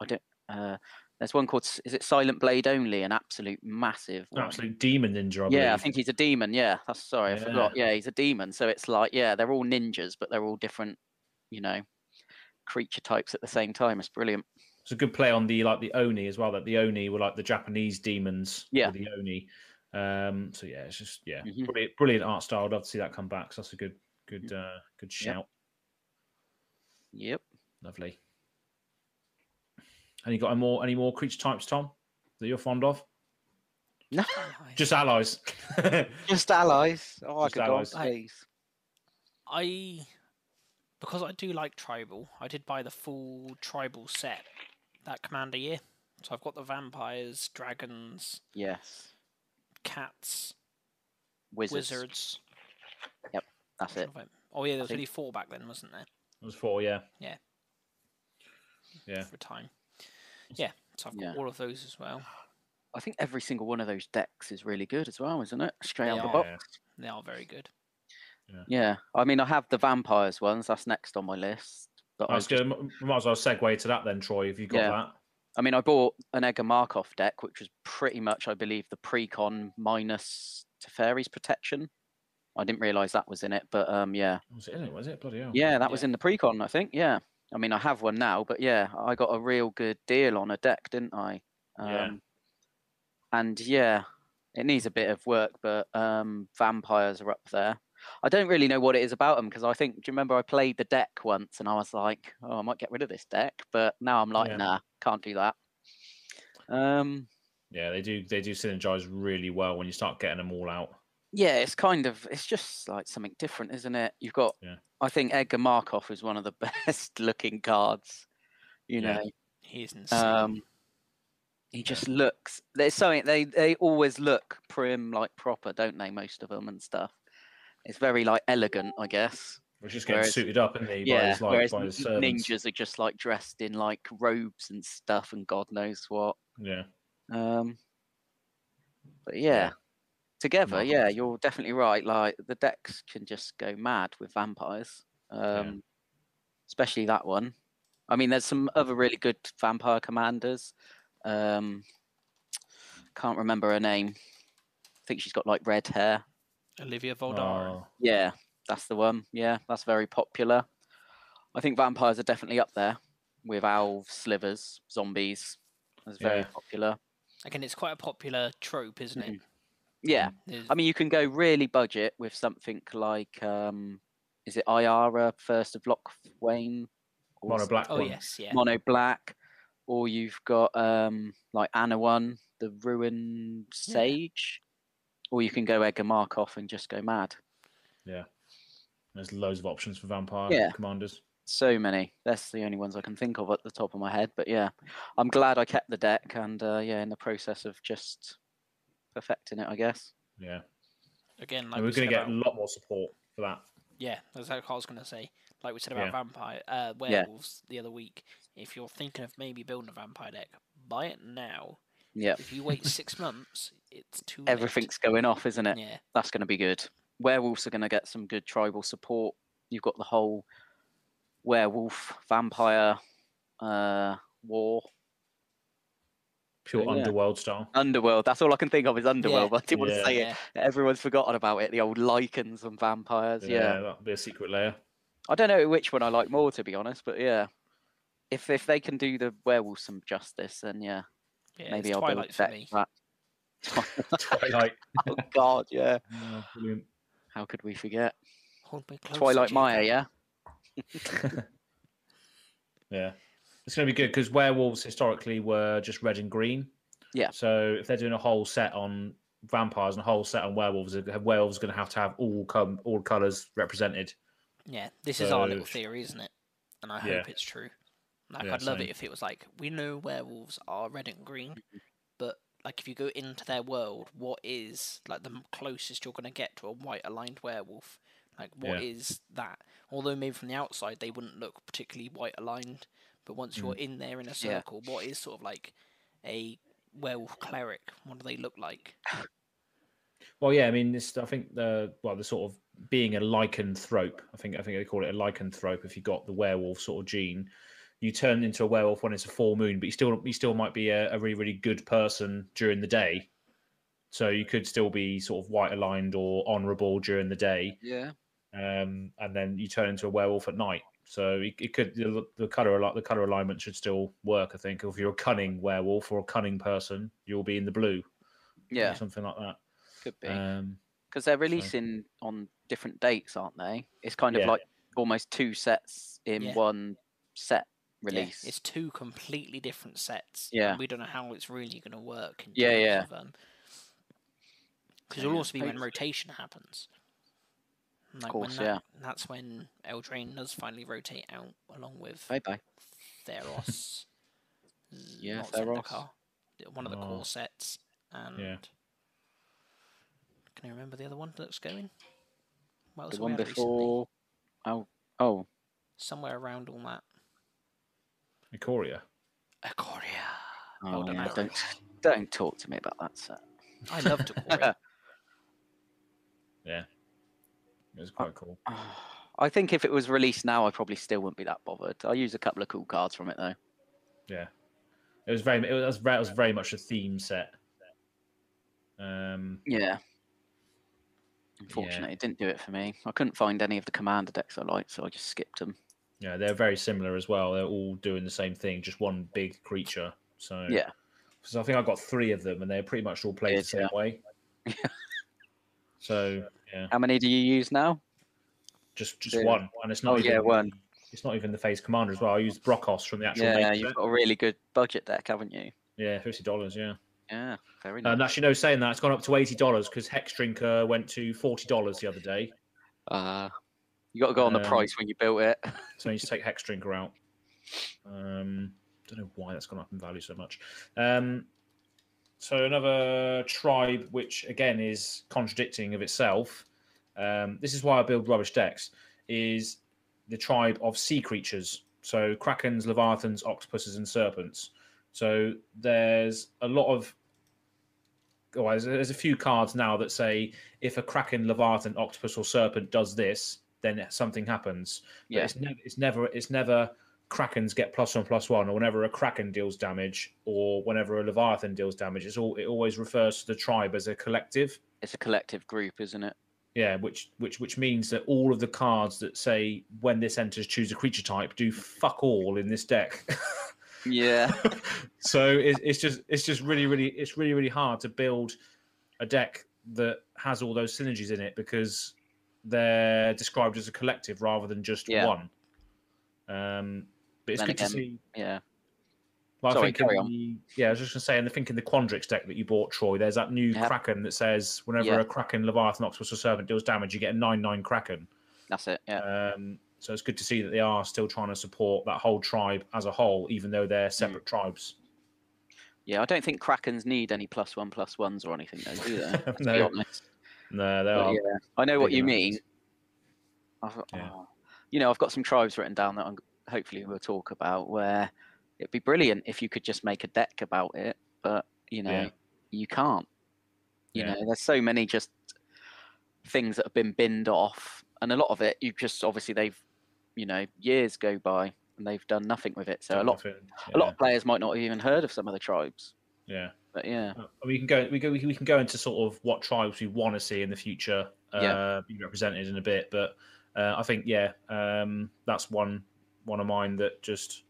i don't uh there's one called S- is it silent blade only an absolute massive one. absolute demon ninja. I yeah i believe. think he's a demon yeah that's sorry i Yeah. forgot yeah he's a demon so it's like yeah they're all ninjas but they're all different you know creature types at the same time it's brilliant It's a good play on the like the oni as well. That the oni were like the Japanese demons. were Yeah. the oni. Um, so yeah, it's just yeah, Mhm. brilliant, brilliant art style. I'd love to see that come back. So that's a good, Mm-hmm. good, uh, good Yep. shout. yep Lovely. And you got any more any more creature types, Tom, that you're fond of? No, Just allies. just allies. Just Oh, I could allies. go on, I- please. I because I do like tribal, I did buy the full tribal set that commander year. So I've got the vampires, dragons, Yes, cats, wizards. wizards. That's it. Trying to think- Oh yeah, there was think- only four back then, wasn't there? It was four, yeah. Yeah. For a time. Yeah. So I've got Yeah. all of those as well. I think every single one of those decks is really good as well, isn't it? Straight They out the are. box. Yeah. They are very good. Yeah. I mean, I have the vampires ones. That's next on my list. But I, That's was Oh, good. M- Might as well segue to that then, Troy, if you got Yeah. that. I mean, I bought an Edgar Markov deck, which was pretty much, I believe, the precon minus Teferi's protection. I didn't realize that was in it, but um, yeah, Was it in it? Was it? Bloody hell. Yeah, that was Yeah. in the precon, I think. Yeah. I mean, I have one now, but yeah, I got a real good deal on a deck, didn't I? Um, Yeah. And yeah, it needs a bit of work, but um, vampires are up there. I don't really know what it is about them because I think, do you remember I played the deck once and I was like, oh, I might get rid of this deck, but now I'm like, Yeah. nah, can't do that. Um, Yeah, they do they do synergize really well when you start getting them all out. Yeah, it's kind of it's just like something different, isn't it? You've got Yeah. I think Edgar Markov is one of the best looking cards. You Yeah. know. He is insane. Um he just looks there's something they they always look prim like proper, don't they, most of them and stuff. It's very like elegant, I guess. Which is getting Whereas- suited up, isn't he? by yeah. his, like, whereas by n- his servants. ninjas are just like dressed in like robes and stuff and God knows what. Yeah. Um, but yeah, Yeah. together, Marvel. yeah, you're definitely right. Like the decks can just go mad with vampires, um, especially that one. I mean, there's some other really good vampire commanders. Um, can't remember her name. I think she's got like red hair. Olivia Voldaren. Oh, Yeah, that's the one. Yeah, that's very popular. I think vampires are definitely up there with elves, slivers, zombies. That's very Yeah. popular. Again, it's quite a popular trope, isn't it? Yeah, There's- Mm-hmm. I mean, you can go really budget with something like, um, is it IRA First of Lock Wayne? or mono s- black oh one. yes, yeah. Mono Black, or you've got um, like Anna One, the Ruin Yeah. Sage, or you can go Edgar Markov and just go mad. There's loads of options for vampire Yeah. commanders. So many. That's the only ones I can think of at the top of my head. But yeah, I'm glad I kept the deck, and uh, yeah, in the process of just perfecting it, I guess. Yeah. Again, like and we're we said going to get about- a lot more support for that. Yeah, that's like I was going to say. Like we said about Yeah. vampire uh, werewolves the other week, if you're thinking of maybe building a vampire deck, buy it now. Yeah, If you wait six months, it's too late. everything's going off, isn't it? Yeah, that's going to be good. Werewolves are going to get some good tribal support. You've got the whole werewolf vampire uh, war Pure Yeah. underworld style. underworld. That's all I can think of is underworld. but I didn't want Yeah. to say yeah. it. Everyone's forgotten about it. The old lichens and vampires. Yeah. That'll be a secret layer. I don't know which one I like more to be honest, but yeah. If if they can do the werewolf some justice, then yeah, yeah, maybe it's I'll Twilight build for that. me. that. Twilight. Oh God, yeah. Oh, brilliant. How could we forget Hold me close, Twilight Jacob. Maya? Yeah. yeah, it's going to be good because werewolves historically were just red and green. Yeah. So if they're doing a whole set on vampires and a whole set on werewolves, uh, werewolves are going to have to have all com- all colors represented. Yeah, this is our little So- theory, isn't it? And I Yeah. hope it's true. Like, Yeah, I'd love same. Mm-hmm. it if it was like, we know werewolves are red and green, but like, if you go into their world, what is like the m- closest you're going to get to a white aligned werewolf? Like, what is that? Although maybe from the outside they wouldn't look particularly white aligned, but once Mm. you're in there in a Yeah. circle, what is sort of like a werewolf cleric? What do they look like? Well, yeah, I mean, this I think the well the sort of being a lycanthrope. I think I think they call it a lycanthrope. If you got the werewolf sort of gene, you turn into a werewolf when it's a full moon, but you still you still might be a, a really really good person during the day. So you could still be sort of white aligned or honourable during the day, Yeah. um, and then you turn into a werewolf at night. So it, it could the, the color the color alignment should still work. I think if you're a cunning werewolf or a cunning person, you'll be in the blue, Yeah. something like that. Could be. Um, because they're releasing on different dates, aren't they? It's kind of Yeah. like almost two sets in Yeah. one set Yeah, release. it's two completely different sets. Yeah. and we don't know how it's really going to work. In Yeah, terms yeah. Of, um, because it'll also be when rotation happens. Like when course, that- yeah. That's when Eldraine does finally rotate out along with Bye bye. Theros. Yeah, not Theros. Zendikar, One of the Oh. core sets. And can you remember the other one that's going? What else The have we one had recently? before. Oh, oh, Somewhere around all that. Ikoria. Akoria. oh done, yeah, Matt. don't don't talk to me about that set. I loved Akoria. It was quite cool. I think if it was released now, I probably still wouldn't be that bothered. I use a couple of cool cards from it though. Yeah, it was very. It was, very- it was very much a theme set. Um, Yeah. Unfortunately, it didn't do it for me. I couldn't find any of the commander decks I liked, so I just skipped them. yeah, they're very similar as well. They're all doing the same thing, just one big creature. So Yeah. so I think I got three of them, and they're pretty much all played Yeah, the same way. so yeah, How many do you use now? just just Yeah. one, and it's not. Oh, even, yeah, one. It's not even the phase commander as well. I used Brokos from the actual. Yeah, main you've set. got a really good budget deck, haven't you? yeah, fifty dollars. Yeah, Yeah, very nice. and actually, no, saying that it's gone up to eighty dollars because Hex Drinker went to forty dollars the other day. Uh, you got to go on the Um, price when you built it. So I need to take Hex Drinker out. Um, don't know why that's gone up in value so much. Um, so another tribe, which again is contradicting of itself. Um, this is why I build rubbish decks. Is the tribe of sea creatures, so krakens, leviathans, octopuses, and serpents. So there's a lot of oh, there's, there's a few cards now that say if a kraken, leviathan, octopus, or serpent does this, then something happens. But Yeah. it's never it's never it's never krakens get plus one plus one, or whenever a kraken deals damage, or whenever a leviathan deals damage. It's all it always refers to the tribe as a collective. It's a collective group, isn't it? Yeah, which which which means that all of the cards that say when this enters choose a creature type do fuck all in this deck. Yeah. so it, it's just it's just really really it's really really hard to build a deck that has all those synergies in it because they're described as a collective rather than just Yeah. one. Um, but it's Then good to again, see. yeah. Like, sorry, I think in carry on. the, yeah, I was just gonna say, and I think in the Quandrix deck that you bought, Troy, there's that new Yeah. Kraken that says whenever Yeah. a Kraken, Leviathan, Octopus, or Serpent deals damage, you get a nine nine Kraken. That's it. Yeah. Um, so it's good to see that they are still trying to support that whole tribe as a whole, even though Mm. they're separate tribes. Yeah. I don't think Krakens need any plus one plus ones or anything, though, do they? Let's be No. honest. No, they But are. yeah. I know what big you amounts. mean. I've, Yeah. oh, you know, I've got some tribes written down that I'm, hopefully we'll talk about where it'd be brilliant if you could just make a deck about it, but you know, Yeah. you can't. You Yeah. know, there's so many just things that have been binned off, and a lot of it you just obviously they've, you know, years go by and they've done nothing with it. So a lot, Yeah. a lot of players might not have even heard of some of the tribes. Yeah, But yeah, Uh, we can go. We go. We can go into sort of what tribes we want to see in the future uh, Yeah. be represented in a bit. But uh, I think yeah, um, that's one one of mine that just.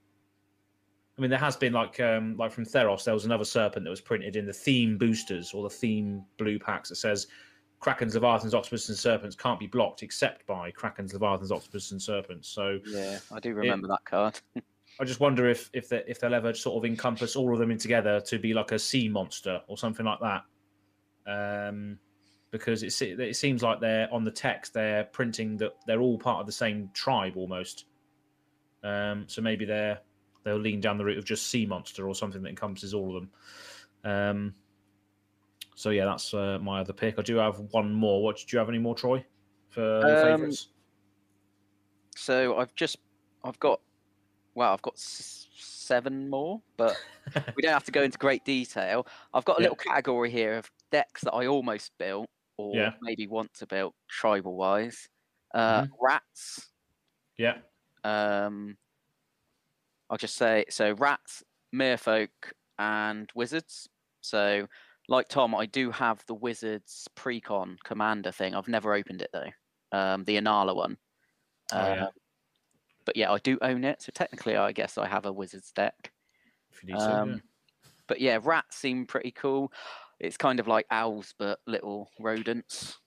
I mean, there has been like um, like from Theros, there was another serpent that was printed in the theme boosters or the theme blue packs that says Krakens, Leviathans, Octopuses, and Serpents can't be blocked except by Krakens, Leviathans, Octopuses, and Serpents. So yeah, I do remember that card. I just wonder if if they if they'll ever sort of encompass all of them in together to be like a sea monster or something like that. Um, because it se- it seems like they're on the text they're printing that they're all part of the same tribe almost. Um, so maybe they're they'll lean down the route of just sea monster or something that encompasses all of them. Um, so yeah, that's uh, my other pick. I do have one more. What do you have any more, Troy? For your Um, favourites? So I've just, I've got, wow, I've got s- seven more, but we don't have to go into great detail. I've got a Yeah. little category here of decks that I almost built or Yeah. Mm-hmm. maybe want to build tribal wise. Uh, Rats. Yeah, Um, I'll just say so. Rats, merfolk, and wizards. So, like Tom, I do have the wizards precon commander thing. I've never opened it though. Um, the Inala one. Oh, yeah. Um, But yeah, I do own it. So technically, I guess I have a wizards deck. if you need to. Um, But yeah, rats seem pretty cool. It's kind of like owls, but little rodents.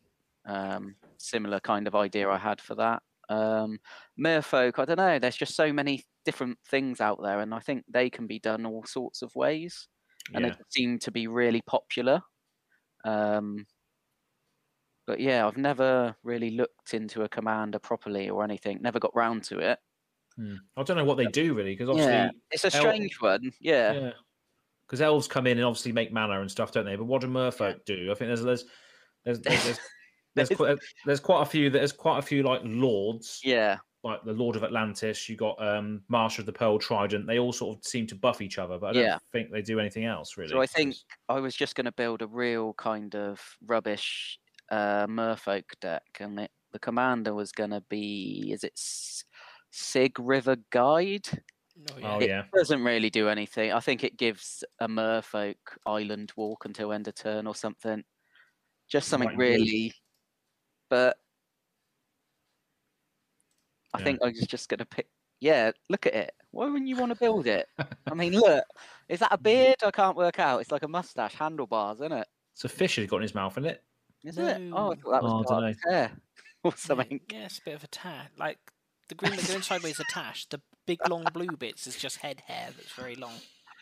Um, similar kind of idea I had for that. Um, merfolk, I don't know. There's just so many different things out there, and I think they can be done all sorts of ways. yeah. And yeah. they seem to be really popular. Um, But yeah, I've never really looked into a commander properly or anything. Never got round to it. Hmm. I don't know what they do really because obviously Yeah. It's a Hell- strange one. Yeah. Yeah. Because elves come in and obviously make mana and stuff, don't they? But what do merfolk do? I think there's there's there's there's, there's, there's, There's- quite, there's quite a few there's quite a few like lords, Yeah. like the Lord of Atlantis. You got um Master of the Pearl Trident. They all sort of seem to buff each other, but I don't Yeah. think they do anything else really. So I think 'cause- I was just going to build a real kind of rubbish uh, merfolk deck, and it, the commander was going to be is it S- Sig River Guide? Oh, yeah. oh it yeah, doesn't really do anything. I think it gives a merfolk island walk until end of turn or something. Just something Might do. really. But I Yeah. think I was just going to pick. Yeah, look at it. Why wouldn't you want to build it? I mean, look, is that a Mm-hmm. beard? I can't work out. It's like a mustache, handlebars, isn't it? so fish has got in his mouth, isn't it? Is it? Oh, I No. thought that was Oh, I part of his hair or Yeah, something. Yeah, it's a bit of a tad. Like the green that goes sideways attached, the big long blue bits is just head hair that's very long.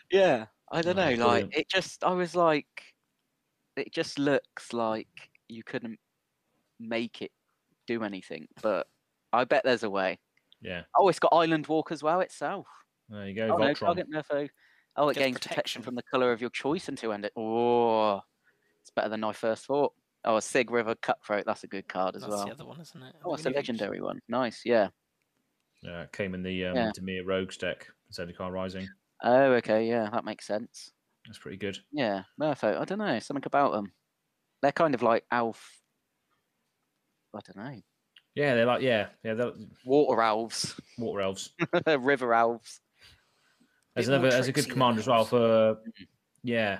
Yeah, I don't No, know. it's Like brilliant. it just, I was like, it just looks like you couldn't make it do anything. But I bet there's a way. Yeah, Oh, it's got Island Walk as well itself. there you go. Oh, no, Voltron. target Nerfo. Oh, it Gets gains protection. protection. from the color of your choice until end. It. Oh, it's better than I first thought. Oh, a Sig River Cutthroat. That's a good card as That's well. the other one, isn't it? Oh, it's a Really good. legendary one. Nice. Yeah. Yeah, it came in the um, Yeah. Demir Rogues deck, Zendikar Rising. Oh, okay. Yeah, that makes sense. That's pretty good. Yeah, Merfolk. I don't know. Something about them. They're kind of like elf. I don't know. Yeah, they're like yeah, yeah, they're Water elves, water elves. river elves. There's bit more another. There's a tricksy good than commander as well elves. for yeah.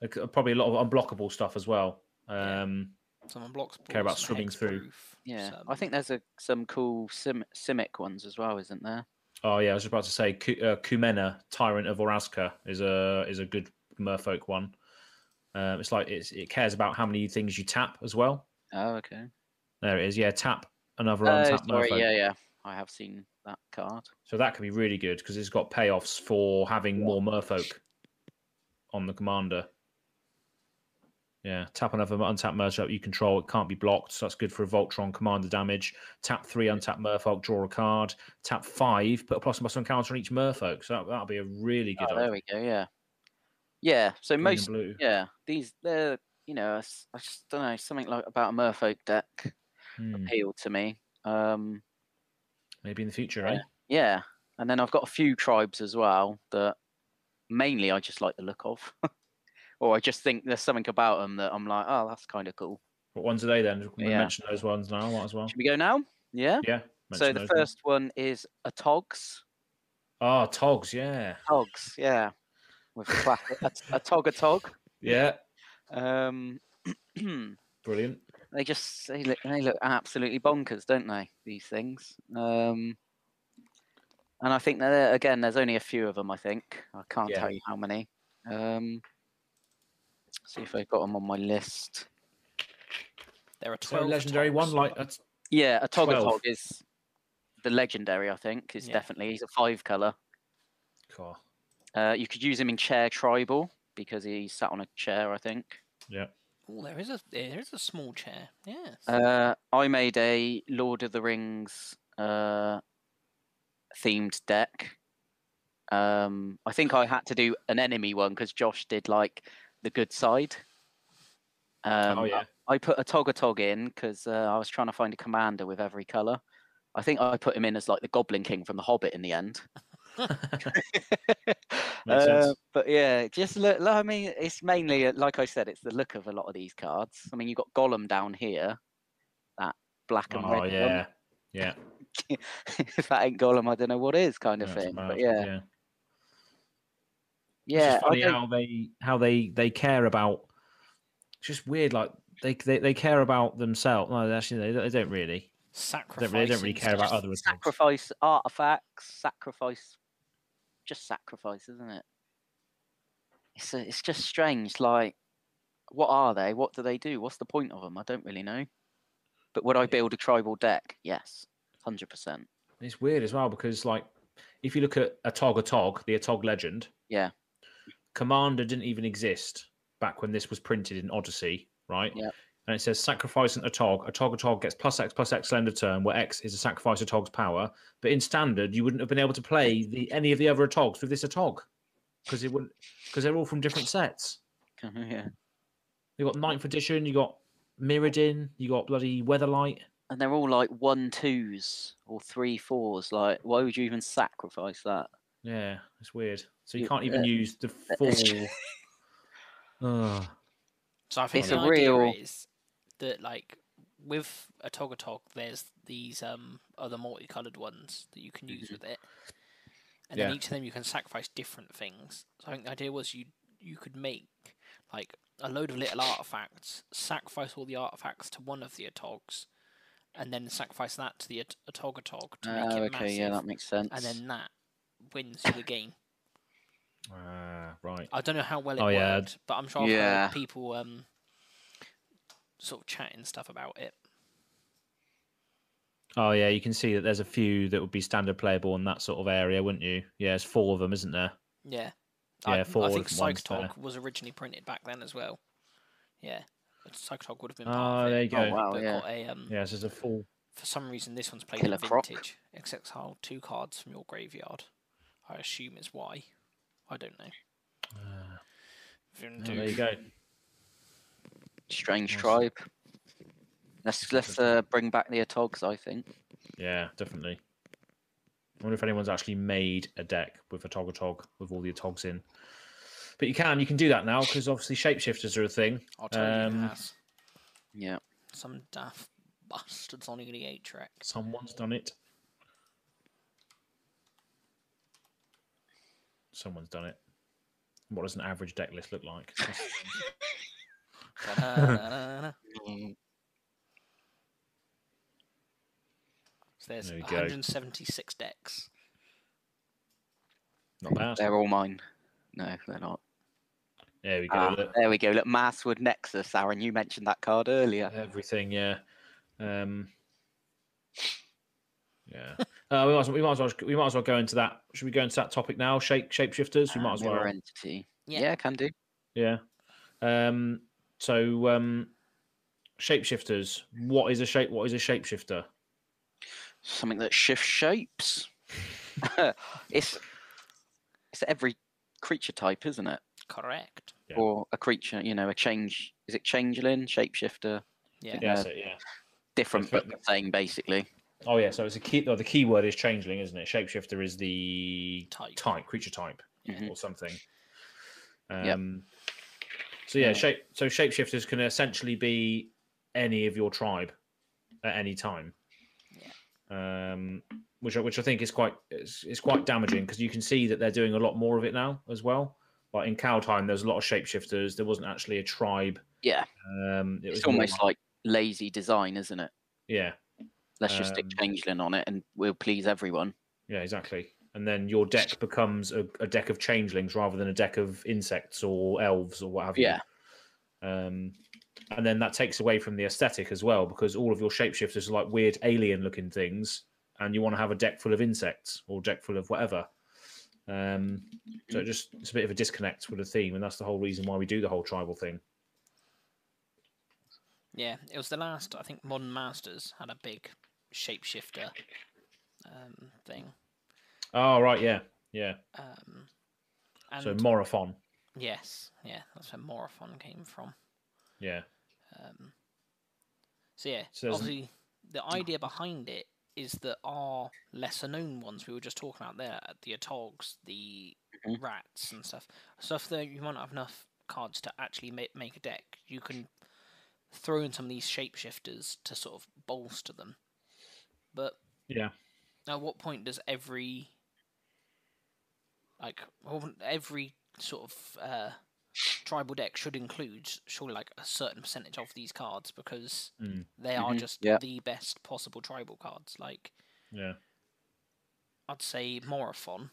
Like, uh, Probably a lot of unblockable stuff as well. Yeah. Um, Someone blocks. Care about balls, some swimming through. hexproof, Yeah, I some- think there's a, some cool sim, simic ones as well, isn't there? oh yeah, I was about to say Ku- uh, Kumena, Tyrant of Orazka, is a is a good Merfolk one. Um, it's like it's, it cares about how many things you tap as well. Oh, okay. There it is. Yeah, tap another Oh, untapped sorry. Merfolk. Yeah, yeah. I have seen that card. So that could be really good because it's got payoffs for having more merfolk on the commander. Yeah, tap another untapped merfolk you control. It can't be blocked, so that's good for a Voltron commander damage. Tap three untapped merfolk, draw a card. Tap five, put a plus and plus one counter on each merfolk. So that, that'll be a really good Oh, idea. there we go. Yeah. Yeah. So Green and most. blue. Yeah. These. They're. You know. I s- I just don't know. Something like about a merfolk deck Hmm, appealed to me. Um. maybe in the future, Yeah. eh? Yeah, and then I've got a few tribes as well that mainly I just like the look of, or I just think there's something about them that I'm like, oh, that's kind of cool. What ones are they then? We Yeah. mention those ones now, might as well. Should we go now? Yeah. Yeah. so mention the those ones. first one is a togs. Ah, Togs, yeah. Togs, yeah, with the classic a, a tog a tog. Yeah. Um, Brilliant. they just they look, they look absolutely bonkers, don't they? These things. Um, and I think that uh, again, there's only a few of them. I think I can't Yeah. tell you how many. Um, see if I've got them on my list. There are So twelve. legendary tops. one, like that's Yeah, a Togatog 12. is the legendary. I think is Yeah. definitely he's a five color. Cool. Uh, you could use him in chair tribal because he sat on a chair. I think. Oh, there is a there is a small chair. Yes. Uh, I made a Lord of the Rings uh, themed deck. Um, I think I had to do an enemy one because Josh did like the good side. Um, oh yeah. I put a Togatog in because uh, I was trying to find a commander with every color. I think I put him in as like the Goblin King from The Hobbit in the end. Makes sense. Uh, But yeah, it just look. like- I mean, it's mainly uh, like I said, it's the look of a lot of these cards. I mean, you've got Gollum down here, that black and Oh red. yeah, yeah. One. if that ain't Gollum, I don't know what is kind of that's thing. But mad, yeah, It's yeah. just I funny don't- how they how they they care about. It's just weird, like they they, they care about themselves. No, actually, they, they don't really. They Sacrifice. don't, really- they don't really care about other things. sacrifice artifacts, sacrifice, just sacrifice, isn't it? It's a, it's just strange. Like, what are they? What do they do? What's the point of them? I don't really know. But would I build a tribal deck? Yes, hundred percent. It's weird as well because, like, if you look at Atog Atog, the Atog legend, Yeah. Commander didn't even exist back when this was printed in Odyssey, right? Yeah. and it says sacrifice and a tog. A tog a tog gets plus x plus x slender turn, where x is a sacrifice of tog's power. But in standard, you wouldn't have been able to play the any of the other togs with this a tog because it would because they're all from different sets. yeah. You got ninth edition, you got Mirrodin, you got bloody Weatherlight. And they're all like one twos or three fours. Like, why would you even sacrifice that? Yeah, it's weird. So you Yeah, can't even uh, use the four. it's- Ugh. So I think It's the a idea real- is that like with a Togatog, there's these um other multicolored ones that you can use Mm-hmm. with it, and then Yeah. each of them you can sacrifice different things. So I think the idea was you you could make like a load of little artifacts, sacrifice all the artifacts to one of the Atogs, and then sacrifice that to the At- Atogatog to make Oh, it okay, massive, yeah, that makes sense. and then that wins you the game. Ah, right. I don't know how well it Oh, worked, yeah. but I'm sure I've Yeah. heard people um, sort of chatting stuff about it. Oh yeah, you can see that there's a few that would be standard playable in that sort of area, wouldn't you? Yeah, there's four of them, isn't there? Yeah. Yeah, I, four I think different ones there. Psychotog was originally printed back then as well. Yeah. But Psychotog would have been part Oh, of there it. you go. oh wow, but yeah. got a, um, Yeah, so there's a full. For some reason, this one's played Killer in Croc. vintage. Exile two cards from your graveyard. I assume is why. I don't know. ah, Vintage. oh, there you go. Strange Nice. tribe. Let's let's uh, bring back the Atogs, I think. Yeah, definitely. I wonder if anyone's actually made a deck with a Togatog with all the Atogs in. But you can, you can do that now because obviously shapeshifters are a thing. I'll tell you Um, who has. Yeah. Some daft bastards on the 8 track. Someone's done it. Someone's done it. What does an average deck list look like? Da-da-da-da-da. Mm. So there's There we go. 176 decks. Not bad. They're all mine. No, they're not. There we go. Ah, look. there we go. Look, Masswood Nexus, Aaron. You mentioned that card earlier. Everything, yeah. Um, yeah. Uh, we, might as well, we might as well. We might as well go into that. Should we go into that topic now? Shape shapeshifters. We might Uh, as mirror well. entity. Yeah. Yeah. can do. Yeah. Um, so um, shapeshifters. What is a shape? What is a shapeshifter? Something that shifts shapes. it's it's every creature type, isn't it? Correct. Yeah. Or a creature, you know, a change. Is it changeling, shapeshifter? Yeah. Yeah. Yeah. so- yeah. Different, but the Perfect. same, basically. Oh yeah. So it's a key. Oh, the key word is changeling, isn't it? Shapeshifter is the Type. type, creature type, Mhm. or something. Um, Yep. Mm. So yeah, Yeah. shape. So shapeshifters can essentially be any of your tribe at any time. Yeah. Um, which I- which I think is quite it's, it's quite damaging because you can see that they're doing a lot more of it now as well. Like in Cowtime, there's a lot of shapeshifters. There wasn't actually a tribe. Yeah. Um, it was It's more almost like lazy design, isn't it? yeah. Let's just stick Um, changeling on it, and we'll please everyone. Yeah, exactly. And then your deck becomes a, a deck of changelings rather than a deck of insects or elves or what have you. Yeah. Um, and then that takes away from the aesthetic as well because all of your shapeshifters are like weird alien looking things, and you want to have a deck full of insects or deck full of whatever. Um, so it just it's a bit of a disconnect with the theme, and that's the whole reason why we do the whole tribal thing. Yeah, it was the last. I think Modern Masters had a big shapeshifter um, thing. Oh right, yeah, yeah. Um, and so Morophon, yes, yeah, that's where Morophon came from. yeah, Um, so yeah, So there's an- obviously the idea behind it is that our lesser known ones we were just talking about there, the Atogs, the Mm-hmm. Mhm. rats and stuff, stuff that you might not have enough cards to actually make, make a deck. You can throw in some of these shapeshifters to sort of bolster them. But yeah. at what point does every like well, every sort of uh, tribal deck should include surely like a certain percentage of these cards because Mm. they are Mhm, just yeah. the best possible tribal cards. Like Yeah, I'd say Morophon.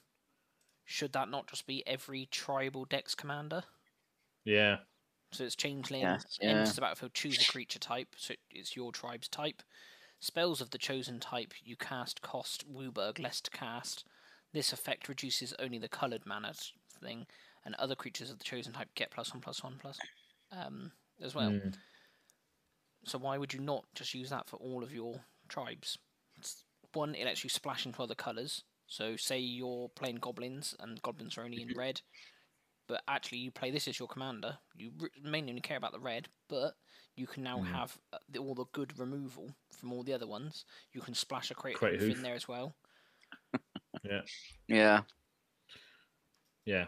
Should that not just be every tribal deck's commander? yeah, So it's changeling, Yes, enters yeah. the battlefield, choose a creature type, so it's your tribe's type. Spells of the chosen type you cast cost Wooburg less to cast. This effect reduces only the coloured mana s- thing, and Hmm. Hmm. other creatures of the chosen type get plus one plus one plus um, as well. Mm. So why would you not just use that for all of your tribes? It's, one, it lets you splash into other colours. So say you're playing goblins and goblins are Mhm. only in red, but actually you play this as your commander. You re- mainly only care about the red, but you can now Mhm. Mm-hmm. have uh, the, all the good removal from all the other ones. You can splash a crate Create hoof hoof. in there as well. Yeah. Yeah,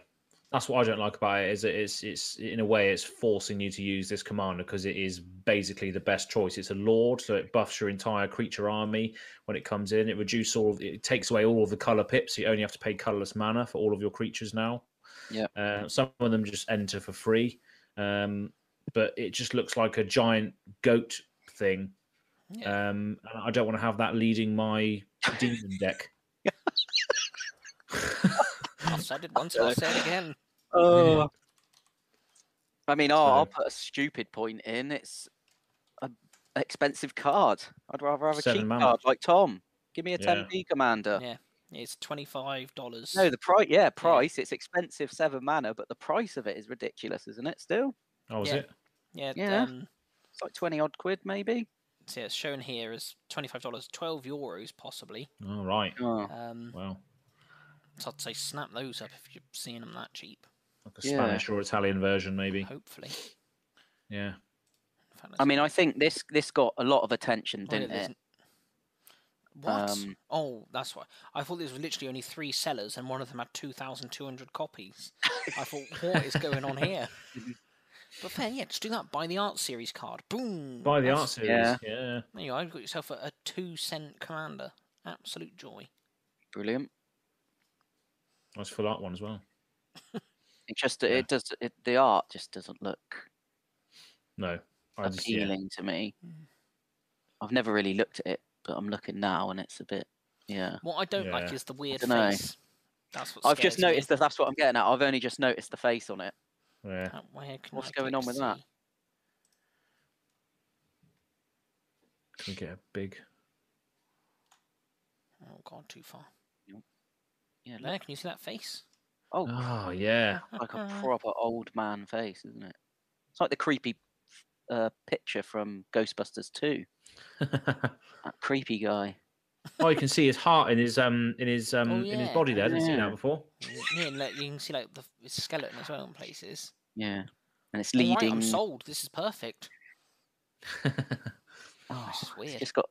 that's what I don't like about it. Is that it's it's in a way it's forcing you to use this commander because it is basically the best choice. It's a lord, so it buffs your entire creature army when it comes in. It reduces all. Of, it takes away all of the color pips. So you only have to pay colorless mana for all of your creatures now. Yeah. Uh, some of them just enter for free, um, but it just looks like a giant goat thing. Yeah. Um, and I don't want to have that leading my demon deck. I've said it once, I'll say it again. Oh. I mean, I'll, I'll So- put a stupid point in. It's an expensive card. I'd rather have a Seven cheap mana. card like Tom. Give me a Yeah. 10p commander. Yeah. It's twenty five dollars. No, the price. Yeah, price. It's expensive, seven mana, but the price of it is ridiculous, isn't it? Still, Oh, is Yeah. it? yeah, Yeah. Um, it's like twenty odd quid, maybe. so yeah, it's shown here as twenty five dollars, twelve euros possibly. All right. Oh, Um, Wow. so I'd say snap those up if you're seeing them that cheap. Like a Yeah. Spanish or Italian version, maybe. Hopefully. In Yeah. fact, let's I mean, have I think this this got a lot of attention, a- oh, yeah, didn't there's it? n- What? Um, oh, that's why. I thought there was literally only three sellers, and one of them had two thousand two hundred copies. I thought, what is going on here? But fair, yeah, just do that. Buy the art series card. Boom. By the art That's- series. yeah. Yeah. There you go. You've got yourself a, a two cent commander. Absolute joy. Brilliant. That's full art one as well. It just Yeah. it does it, the art just doesn't look No. I just, yeah. appealing to me. Mm. I've never really looked at it, but I'm looking now, and it's a bit yeah. What I don't like Yeah. is the weird dunno. face. That's what I've just scares me. noticed that that's what I'm getting at. I've only just noticed the face on it. yeah. That way I can What's like going click on with that? see. Can we get a big. Oh god, too far. Yeah, look, There, can you see that face? Oh. Oh, yeah. like a proper old man face, isn't it? It's like the creepy uh, picture from Ghostbusters 2. That creepy guy. oh, you can see his heart in his um in his um in his yeah. body there. I didn't see Oh, Yeah. that before. yeah, and like, you can see like the the skeleton as well in places. Yeah, and it's All right, leading. I'm sold. This is perfect. Oh, This is It's weird. just got.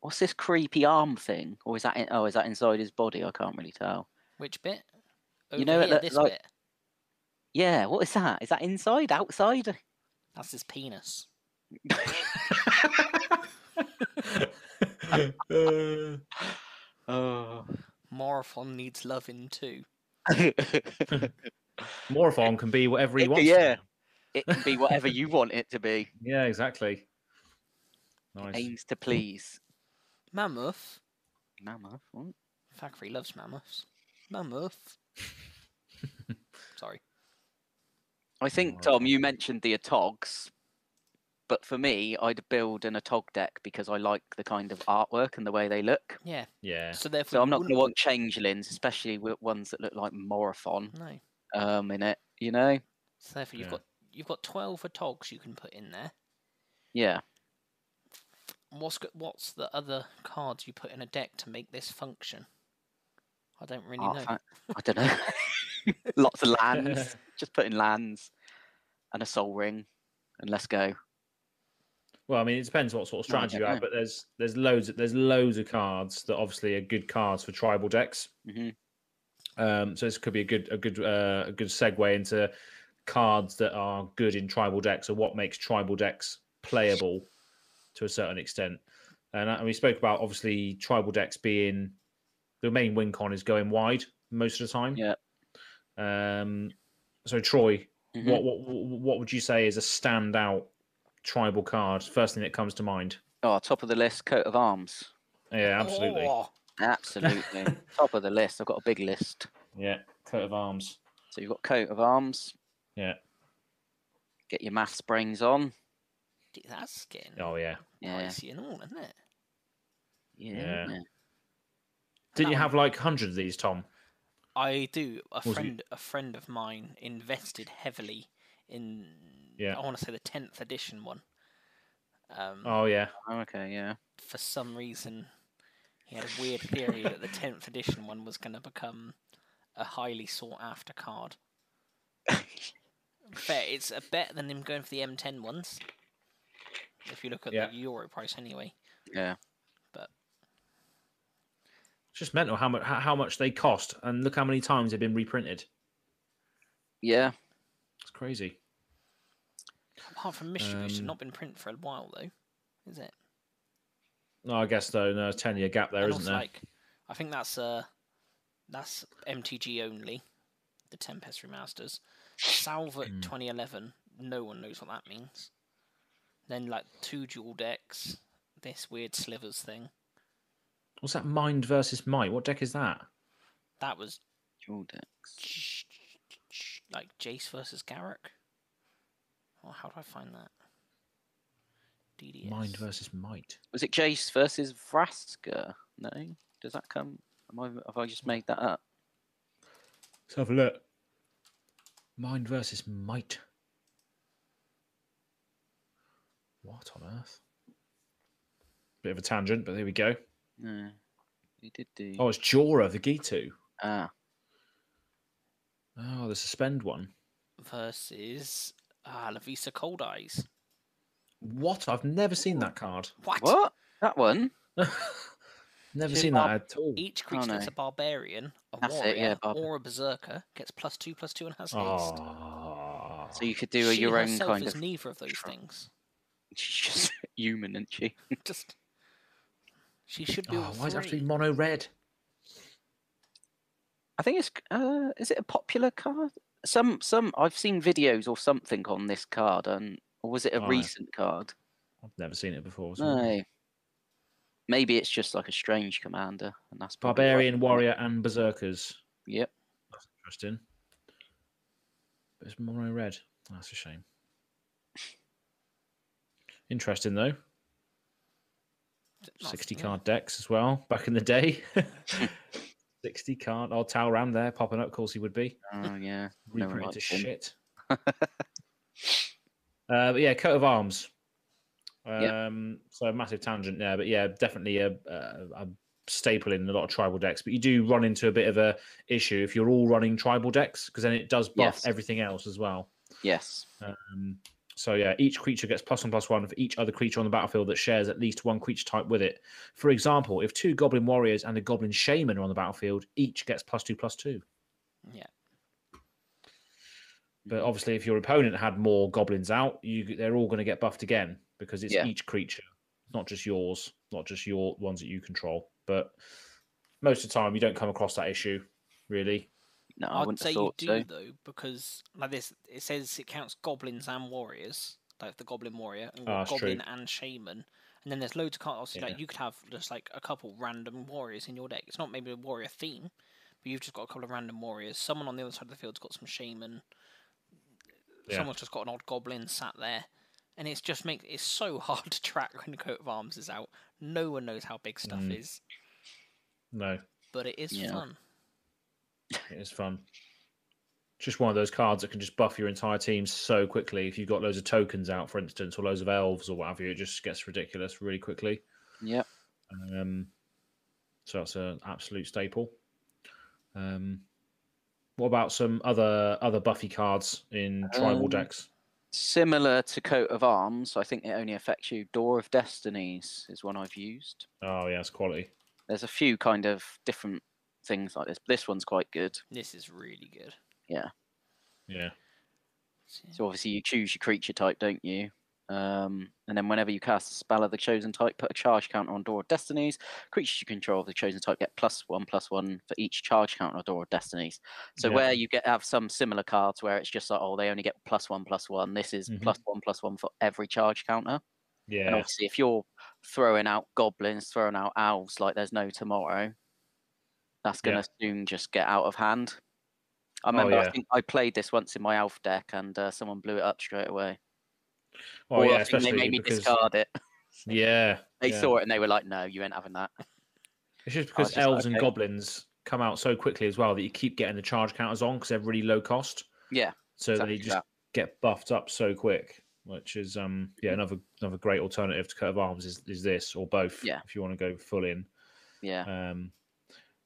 What's this creepy arm thing? Or is that? In, oh, is that inside his body? I can't really tell. Which bit? Over You know it here, look this like- bit. Yeah, what is that? Is that inside? Outside? That's his penis. Uh, Oh. Morophon needs loving too. Morphon can be whatever he It- wants. to yeah. be. it can be whatever you want it to be. Yeah. Exactly. Nice. Aims to please. Mammoth. Mammoth. what? Thackeray loves mammoths. Mammoth. Sorry. I think Right. Tom, you mentioned the Atogs, but for me, I'd build an Atog deck because I like the kind of artwork and the way they look. Yeah. Yeah. So therefore, So you I'm not going to wouldn't want changelings, especially with ones that look like Morophon put- No. um, in it. You know? So therefore, you've Yeah. got you've got twelve togs you can put in there. Yeah. What's go- what's the other cards you put in a deck to make this function? I don't really art know. fa- I don't know. Lots of lands. Just put in lands and a Soul Ring, and let's go. Well, I mean, it depends what sort of No, I strategy don't you have, know. but there's there's loads there's loads of cards that obviously are good cards for tribal decks. hmm Um, so this could be a good a good uh, a good segue into cards that are good in tribal decks or what makes tribal decks playable to a certain extent. And, uh, and we spoke about obviously tribal decks being the main win con is going wide most of the time. Yeah. Um, so Troy, Mhm. what what what would you say is a standout tribal card? First thing that comes to mind. Oh, top of the list, coat of arms. Yeah, absolutely. Oh, Absolutely. top of the list. I've got a big list. Yeah, coat of arms. So you've got coat of arms. Yeah. Get your maths brains on. gee, that's getting Oh yeah. Yeah. pricey and all, isn't it? Yeah. Yeah. Didn't you That have like hundreds of these, Tom? I do. A Was it- friend, a friend of mine, invested heavily in. Yeah. I want to say the tenth edition one, Um, Oh yeah. Oh, okay, yeah. For some reason, he had a weird theory that the 10th edition one was going to become a highly sought after card. Fair, it's a better than him going for the M10 ones. If you look at Yeah. the euro price anyway. Yeah. It's just mental how much how- how much they cost, and look how many times they've been reprinted. Yeah. It's crazy. Apart from Mission, which has Um, not been print for a while though, is it? No, I guess though, no ten year gap there, and not also, there? like, I think that's uh, that's MTG only, the Tempest remasters. Salve at Mm. 2011, no one knows what that means. Then like two dual decks, this weird slivers thing. What's that? Mind versus might. What deck is that? That was Dual decks. like Jace versus Garrick. Or how do I find that? DDS. Mind versus might. Was it Jace versus Vraska? No. Does that come? Am I, have I just made that up? Let's have a look. Mind versus might. What on earth? Bit of a tangent, but there we go. No. He did do. Oh, it's Jorah the Gitu. Ah. Oh, the suspend one. versus ah, Lavisa Cold Eyes. What? I've never seen that card. What? What? That one? Never Jim seen that at all. Each creature that's Oh, no. a barbarian, a That's it, warrior, yeah, barbar- or a berserker gets plus two, plus two, and has haste. Oh. So you could do a, She your own herself kind is of. neither of those tr- things. She's just human, isn't she? Just she should be. Oh, all why does it have to three. be mono red? I think it's. Uh, is it a popular card? Some. Some. I've seen videos or something on this card, and or was it a Oh, yeah. recent card? I've never seen it before. so- No. Maybe it's just like a strange commander, and that's probably why- Barbarian, warrior, and berserkers. Yep. That's interesting. But it's mono red. That's a shame. Interesting though. Nice, Sixty yeah. card decks as well back in the day. Sixty card. Oh, Talram there popping up. Of course he would be. Oh yeah. Never reprinted to liked him. shit. uh, but yeah, coat of arms. Um, Yep. So massive tangent there, but yeah, definitely a, a, a staple in a lot of tribal decks. But you do run into a bit of a issue if you're all running tribal decks because then it does buff Yes. everything else as well. Yes. Um, so yeah, each creature gets plus one plus one for each other creature on the battlefield that shares at least one creature type with it. For example, if two goblin warriors and a goblin shaman are on the battlefield, each gets plus two plus two. Yeah. But obviously, if your opponent had more goblins out, you they're all going to get buffed again because it's Yeah. each creature, not just yours, not just your ones that you control. But most of the time, you don't come across that issue, really. No, I I'd wouldn't say have you thought do so. though, because like this, it says it counts goblins and warriors, like the goblin warrior and Ah, that's true. goblin and shaman. And then there's loads of cards. obviously, Yeah. Like you could have just like a couple random warriors in your deck. It's not maybe a warrior theme, but you've just got a couple of random warriors. Someone on the other side of the field's got some shaman. Yeah. Someone's just got an odd goblin sat there, and it's just make it's so hard to track when coat of arms is out. No one knows how big stuff Mm. is, No, but it is Yeah. fun. it's fun. Just one of those cards that can just buff your entire team so quickly. If you've got loads of tokens out, for instance, or loads of elves or what have you, it just gets ridiculous really quickly. Yep. Um, so that's an absolute staple. Um, what about some other other Buffy cards in tribal Um, decks? Similar to coat of arms, I think it only affects you. Door of Destinies is one I've used. Oh yeah, it's quality. There's a few kind of different things like this. This one's quite good. This is really good. Yeah, So obviously you choose your creature type, don't you? Um, and then whenever you cast a spell of the chosen type, put a charge counter on Door of Destinies. Creatures you control of the chosen type get plus one, plus one for each charge counter on Door of Destinies. So Yeah. where you get have some similar cards where it's just like, oh, they only get plus one, plus one. This is Mhm. plus one, plus one for every charge counter. And yeah, obviously, if you're throwing out goblins, throwing out owls like there's no tomorrow, that's Yeah. going to soon just get out of hand. I Oh, remember I yeah. think I played this once in my elf deck and uh, someone blew it up straight away. oh Or I yeah, think they especially made me because discard it. yeah, They yeah. saw it and they were like, "No, you ain't having that." It's just because Oh, just like, elves and okay. goblins come out so quickly as well that you keep getting the charge counters on because they're really low cost, Yeah, so exactly they just that. get buffed up so quick. which is um yeah another another great alternative to coat of arms is, is this or both Yeah. if you want to go full in Yeah. um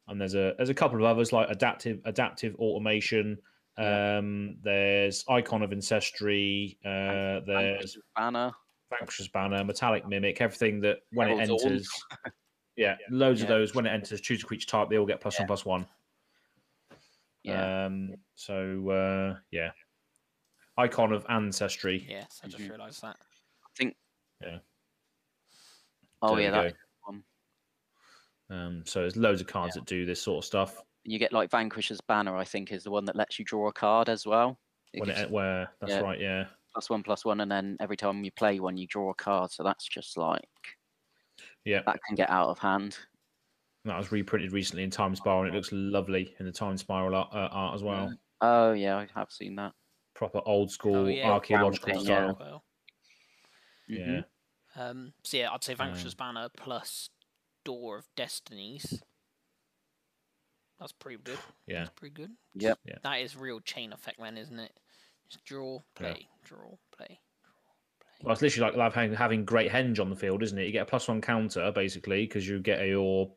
and there's a there's a couple of others like adaptive adaptive automation um there's icon of ancestry uh there's Banner. Vanquish's banner metallic mimic everything that when it Those all. enters yeah loads of Yeah. those when it enters choose a creature type they all get plus one plus one Yeah. um so uh yeah icon of ancestry Yes, I just Mhm. realised that. oh There yeah. we That, go. one. Um, so there's loads of cards that do this sort of stuff you get like Vanquisher's Banner. I think is the one that lets you draw a card as well. It when gives you it e, where that's yeah. right, yeah. plus one plus one, and then every time you play one, you draw a card. So that's just like Yeah, that can get out of hand. that was reprinted recently in Time Spiral, and it looks lovely in the Time Spiral art, uh, art as well. Oh yeah, I have seen that. Proper old school Oh, Oh, yeah, archaeological round thing, style. Well, Yeah. Mhm. Um, so yeah, I'd say Vanquisher's Um, Banner plus Door of Destinies. That's pretty good. Yeah. That's pretty good. Yep. That is real chain effect, man, isn't it? Just draw, Yeah. play, draw, play. Well, it's literally like having, having great henge on the field, isn't it? You get a plus one counter basically because you get your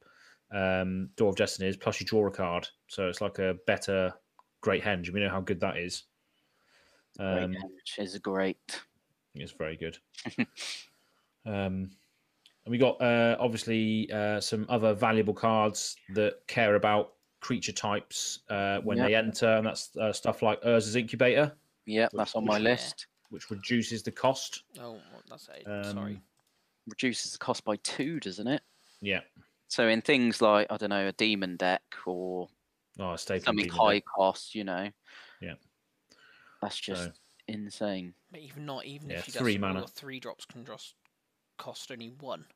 um, Door of Destinies plus you draw a card, so it's like a better great henge. We know how good that is. Mm-hmm. Great Um, Edge is great. It's very good. um, and we got uh, obviously uh, some other valuable cards that care about creature types uh, when Yeah. they enter, and that's uh, stuff like Urza's Incubator, Yep, Which- that's on my which- list. which reduces the cost. Oh, well, that's it. Sorry. Um, Reduces the cost by two, doesn't it? Yeah. So in things like I don't know a demon deck or Oh, a staple. something demon high deck. cost, you know. Yeah. That's just So- insane. But even not even yeah, if you three three mana. Your three drops can just cost only one.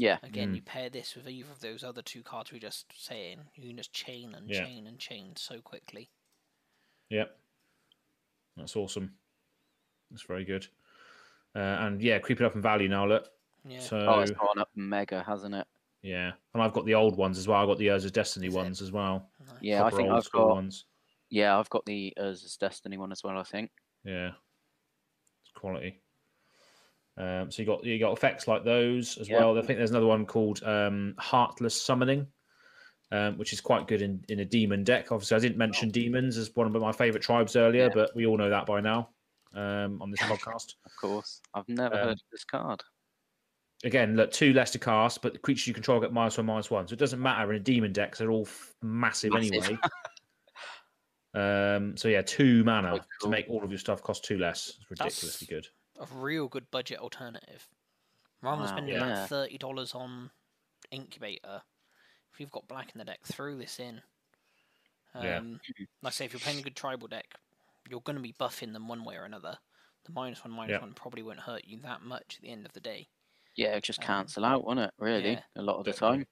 Yeah. Again, Mm. you pair this with either of those other two cards we just saying, you can just chain and Yeah. chain and chain so quickly. Yep. That's awesome. That's very good. Uh, and yeah, creeping up in value now. Look. Yeah. So Oh, it's gone up mega, hasn't it? yeah, and I've got the old ones as well. I've got the Urza's Destiny Is it? ones as well. nice. Yeah, I Proper think old I've school got. ones. Yeah, I've got the Urza's Destiny one as well. I think. Yeah, it's quality. Um, so you got you got effects like those as Yeah. well. I think there's another one called um, Heartless Summoning, um, which is quite good in, in a demon deck. Obviously, I didn't mention demons as one of my favorite tribes earlier, Oh. Yeah. but we all know that by now um, on this podcast. Of course, I've never Um, heard of this card. Again, look, two less to cast, but the creatures you control get minus one, minus one. So it doesn't matter in a demon deck; 'cause they're all f- massive, Massive. anyway. um, so yeah, two mana Quite to cool. make all of your stuff cost two less. It's That's- ridiculously good. A real good budget alternative. Rather than Wow, spending yeah. that thirty dollars on incubator, if you've got black in the deck, throw this in. Um Yeah. like I say if you're playing a good tribal deck, you're gonna be buffing them one way or another. The minus one, minus Yeah. one probably won't hurt you that much at the end of the day. Yeah, it uh, just um, cancel out, won't it? Really, yeah, a lot of the definitely. time.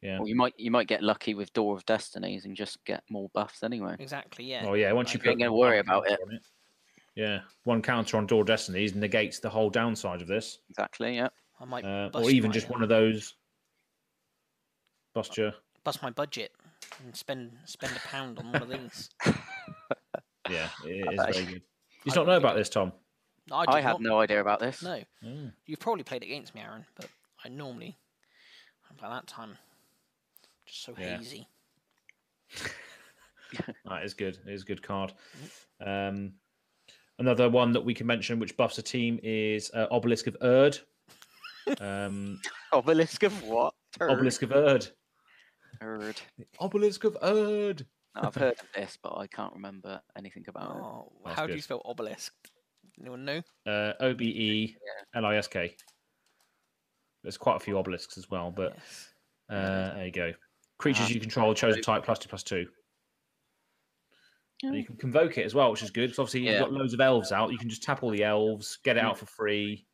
Yeah. Or you might you might get lucky with Door of Destinies and just get more buffs anyway. Exactly, yeah. Oh yeah, once you Like, you ain't put gonna one worry about counter on Yeah, one counter on Door Destinies negates the whole downside of this, Exactly. Yeah. I might uh, bust or even my, just uh, one of those. Bust your bust my budget and spend spend a pound on one of these. yeah, it Okay. is very good. You don't know about this, Tom. No, I, did had not- no idea about this. No, Mm. you've probably played against me, Aaron, but I normally by that time just so Yeah. hazy. That is good. It is a good card. Um, another one that we can mention, which buffs a team, is uh, Obelisk of Erd. Um, Obelisk of what? Turd. Obelisk of Erd. Turd. Obelisk of Erd. No, I've heard of this, but I can't remember anything about it. Oh, That's how do good. you spell obelisk? Anyone know? Uh, O B E L I S K. There's quite a few obelisks as well, but Yes. Uh, there you go. Creatures Ah. you control, chosen type, plus two, plus two. And you can convoke it as well, which is good. So obviously, Yeah. Mm. you've got loads of elves out. You can just tap all the elves, get it out for free,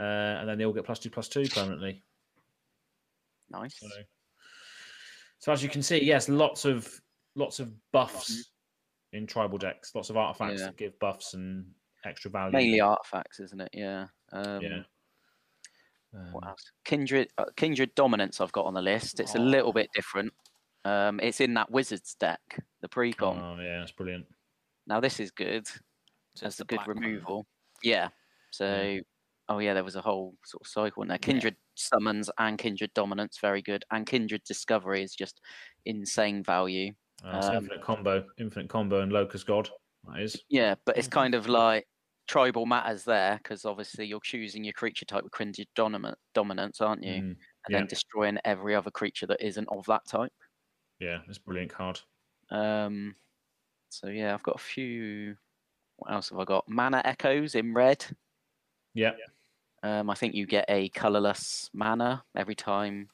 uh, and then they all get plus two, plus two permanently. Nice. So, so as you can see, yes, lots of lots of buffs in tribal decks. Lots of artifacts Mm. Yeah. that give buffs and extra value. Mainly artifacts, isn't it? Yeah. Um, yeah. Um, What else? Kindred, uh, Kindred Dominance. I've got on the list. It's a Oh. little bit different. Um, it's in that Wizards deck, the precon. Oh yeah, that's brilliant. Now this is good So as it's a good black one. removal. Yeah. So, oh yeah, there was a whole sort of cycle in there. Kindred summons and Kindred dominance, very good. And Kindred discovery is just insane value. Uh, so Um, infinite combo, infinite combo, and Locust God. That is. Yeah, but it's Mhm. kind of like tribal matters there because obviously you're choosing your creature type with Kindred dominant, dominance, aren't you? Mm, and yeah. then destroying every other creature that isn't of that type. yeah, it's a brilliant card. Um, so yeah, I've got a few. What else have I got? Mana echoes in red. Yeah. Um, I think you get a colorless mana every time,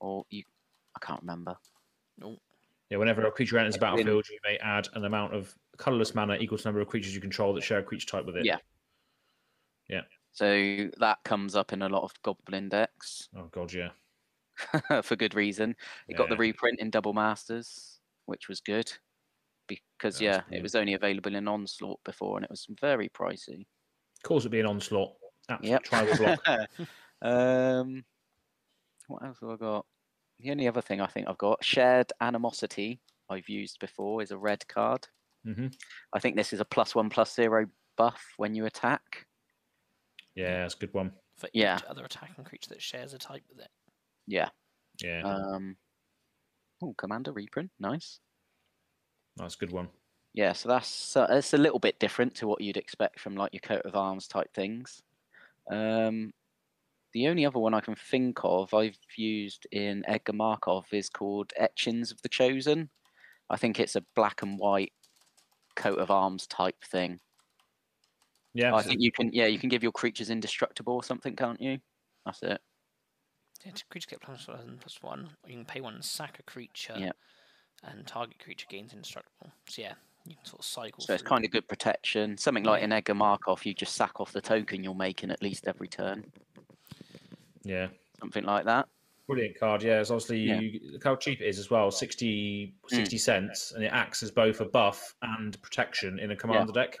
or you. I can't remember. Yeah, whenever a creature enters the Like win. battlefield, you may add an amount of colorless mana equal to the number of creatures you control that share a creature type with it. Yeah. So that comes up in a lot of goblin decks Oh god, yeah. for good reason. It got the Yeah. reprint in Double Masters, which was good because Yeah, yeah, that's it brilliant. was only available in Onslaught before, and it was very pricey. Of course, it'd be an onslaught. Absolute Yep. tribal block. um, what else have I got? The only other thing I think I've got, shared animosity, I've used before, is a red card. hmm I think this is a plus one plus zero buff when you attack. Yeah, that's a good one. for Yeah. each other attacking creature that shares a type with it. Yeah. Yeah, Um, oh, commander reprint, nice. that's a good one. Yeah, so that's uh, it's a little bit different to what you'd expect from like your coat of arms type things. Um, the only other one I can think of I've used in Edgar Markov is called Etchings of the Chosen. I think it's a black and white coat of arms type thing. Yeah, I think you can yeah you can give your creatures indestructible or something, can't you? That's it. Yeah, to creature get plus one plus one. Or you can pay one and sack a creature, Yeah. and target creature gains indestructible. So yeah, you can sort of cycle. So it's through. kind of good protection. Something like Yeah. in Edgar Markov, you just sack off the token you're making at least every turn. yeah. Something like that. Brilliant card, yeah. It's obviously Yeah. you- look how cheap it is as well 60, Mm. 60 cents, and it acts as both a buff and protection in a commander deck.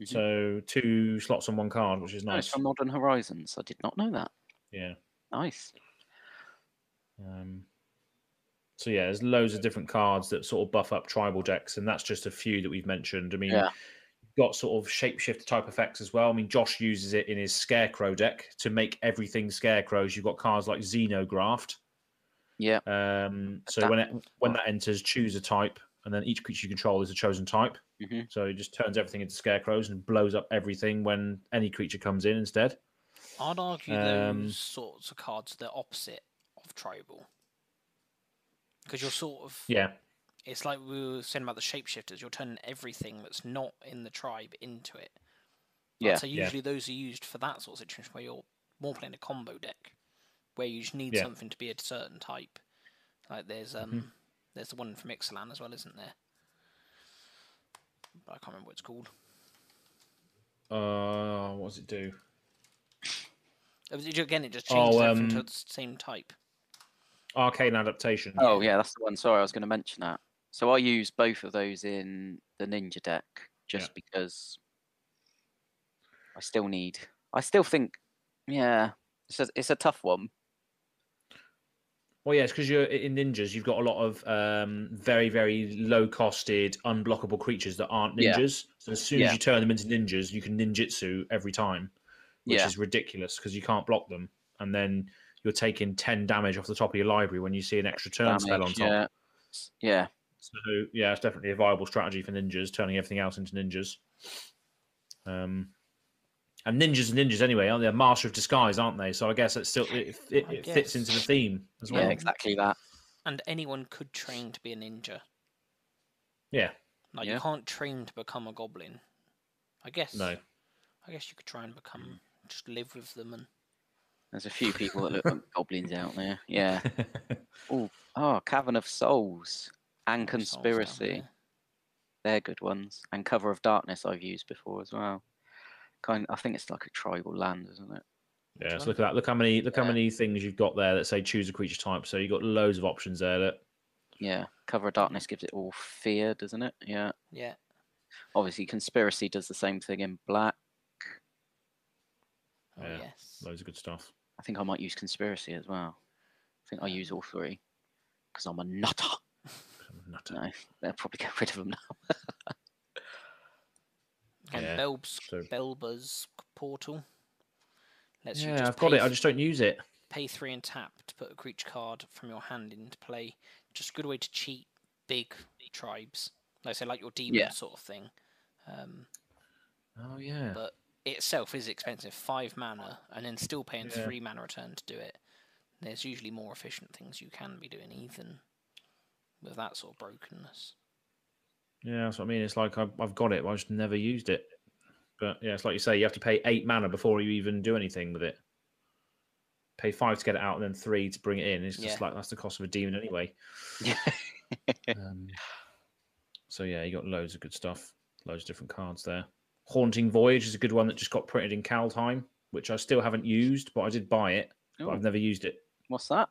Mhm. So two slots on one card, which is Oh, it's nice. from Modern Horizons. I did not know that. Yeah. Nice. Um, so yeah, there's loads of different cards that sort of buff up tribal decks, and that's just a few that we've mentioned. I mean, Yeah. you've got sort of shapeshifter type effects as well. I mean, Josh uses it in his scarecrow deck to make everything scarecrows. You've got cards like Xenograft. Yeah. Um, so That- when it, when that enters, choose a type, and then each creature you control is a chosen type. Mhm. So it just turns everything into scarecrows and blows up everything when any creature comes in instead. I'd argue Um, those sorts of cards are the opposite of tribal. Because you're sort of Yeah, it's like we were saying about the shapeshifters, you're turning everything that's not in the tribe into it. I'd Yeah. say Yeah. usually those are used for that sort of situation where you're more playing a combo deck where you just need Yeah. Mm-hmm. something to be a certain type. Like there's um there's the one from Ixalan as well, isn't there? But I can't remember what it's called. uh, what does it do? It was- Again, it just Oh, changes everything to um, the same type. Arcane adaptation. Oh yeah, that's the one. Sorry, I was going to mention that. So I use both of those in the ninja deck just because I still need. I still think, yeah, it's a, it's a tough one. Well, yes, because you're in ninjas, you've got a lot of um, very, very low costed, unblockable creatures that aren't Yeah. ninjas. So as soon Yeah. as you turn them into ninjas, you can ninjutsu every time, which Yeah. is ridiculous because you can't block them. And then you're taking 10 damage off the top of your library when you see an extra turn spell on Damage, top. yeah. S- Yeah. So, yeah, it's definitely a viable strategy for ninjas, turning everything else into ninjas. Um, and ninjas are ninjas anyway, aren't they? They're Master of disguise, aren't they? So I guess it's still, it, it, I it fits into the guess. theme as yeah, well. exactly that. And anyone could train to be a ninja. Yeah. Like Yeah. you can't train to become a goblin. I guess No. Mm. I guess you could try and become just live with them and There's a few people that look like goblins out there. Yeah. Oh, Cavern of Souls and solve stuff, Conspiracy. yeah. They're good ones. And Cover of Darkness I've used before as well. Kind I think it's like a tribal land, isn't it? Yeah, Which so one? look at that. Look how many look how Yeah. many things you've got there that say choose a creature type. So you've got loads of options there. That Yeah. Cover of Darkness gives it all fear, doesn't it? Yeah. Yeah. Obviously Conspiracy does the same thing in black. Oh, Yeah. yes. loads of good stuff. I think I might use Conspiracy as well. I think I use all three. Because I'm a nutter. I'm a nutter. No, they'll probably get rid of them now. And Yeah, Belb's so- Belba's portal lets you Yeah, just I've got pay it. I th- just don't use it. pay three and tap to put a creature card from your hand into play. Just a good way to cheat big tribes, like say like your demon Yeah. sort of thing. Um, Oh yeah. but itself is expensive. Five mana, and then still paying Yeah. three mana return to do it. There's usually more efficient things you can be doing, even with that sort of brokenness. Yeah, that's what I mean. It's like I've, I've got it, but I just never used it. But yeah, it's like you say, you have to pay eight mana before you even do anything with it. Pay five to get it out, and then three to bring it in. It's just Yeah. like that's the cost of a demon anyway. Yeah. um, so yeah, you got loads of good stuff, loads of different cards there. Haunting Voyage is a good one that just got printed in Kaldheim, which I still haven't used, but I did buy it, but Ooh, I've never used it. What's that?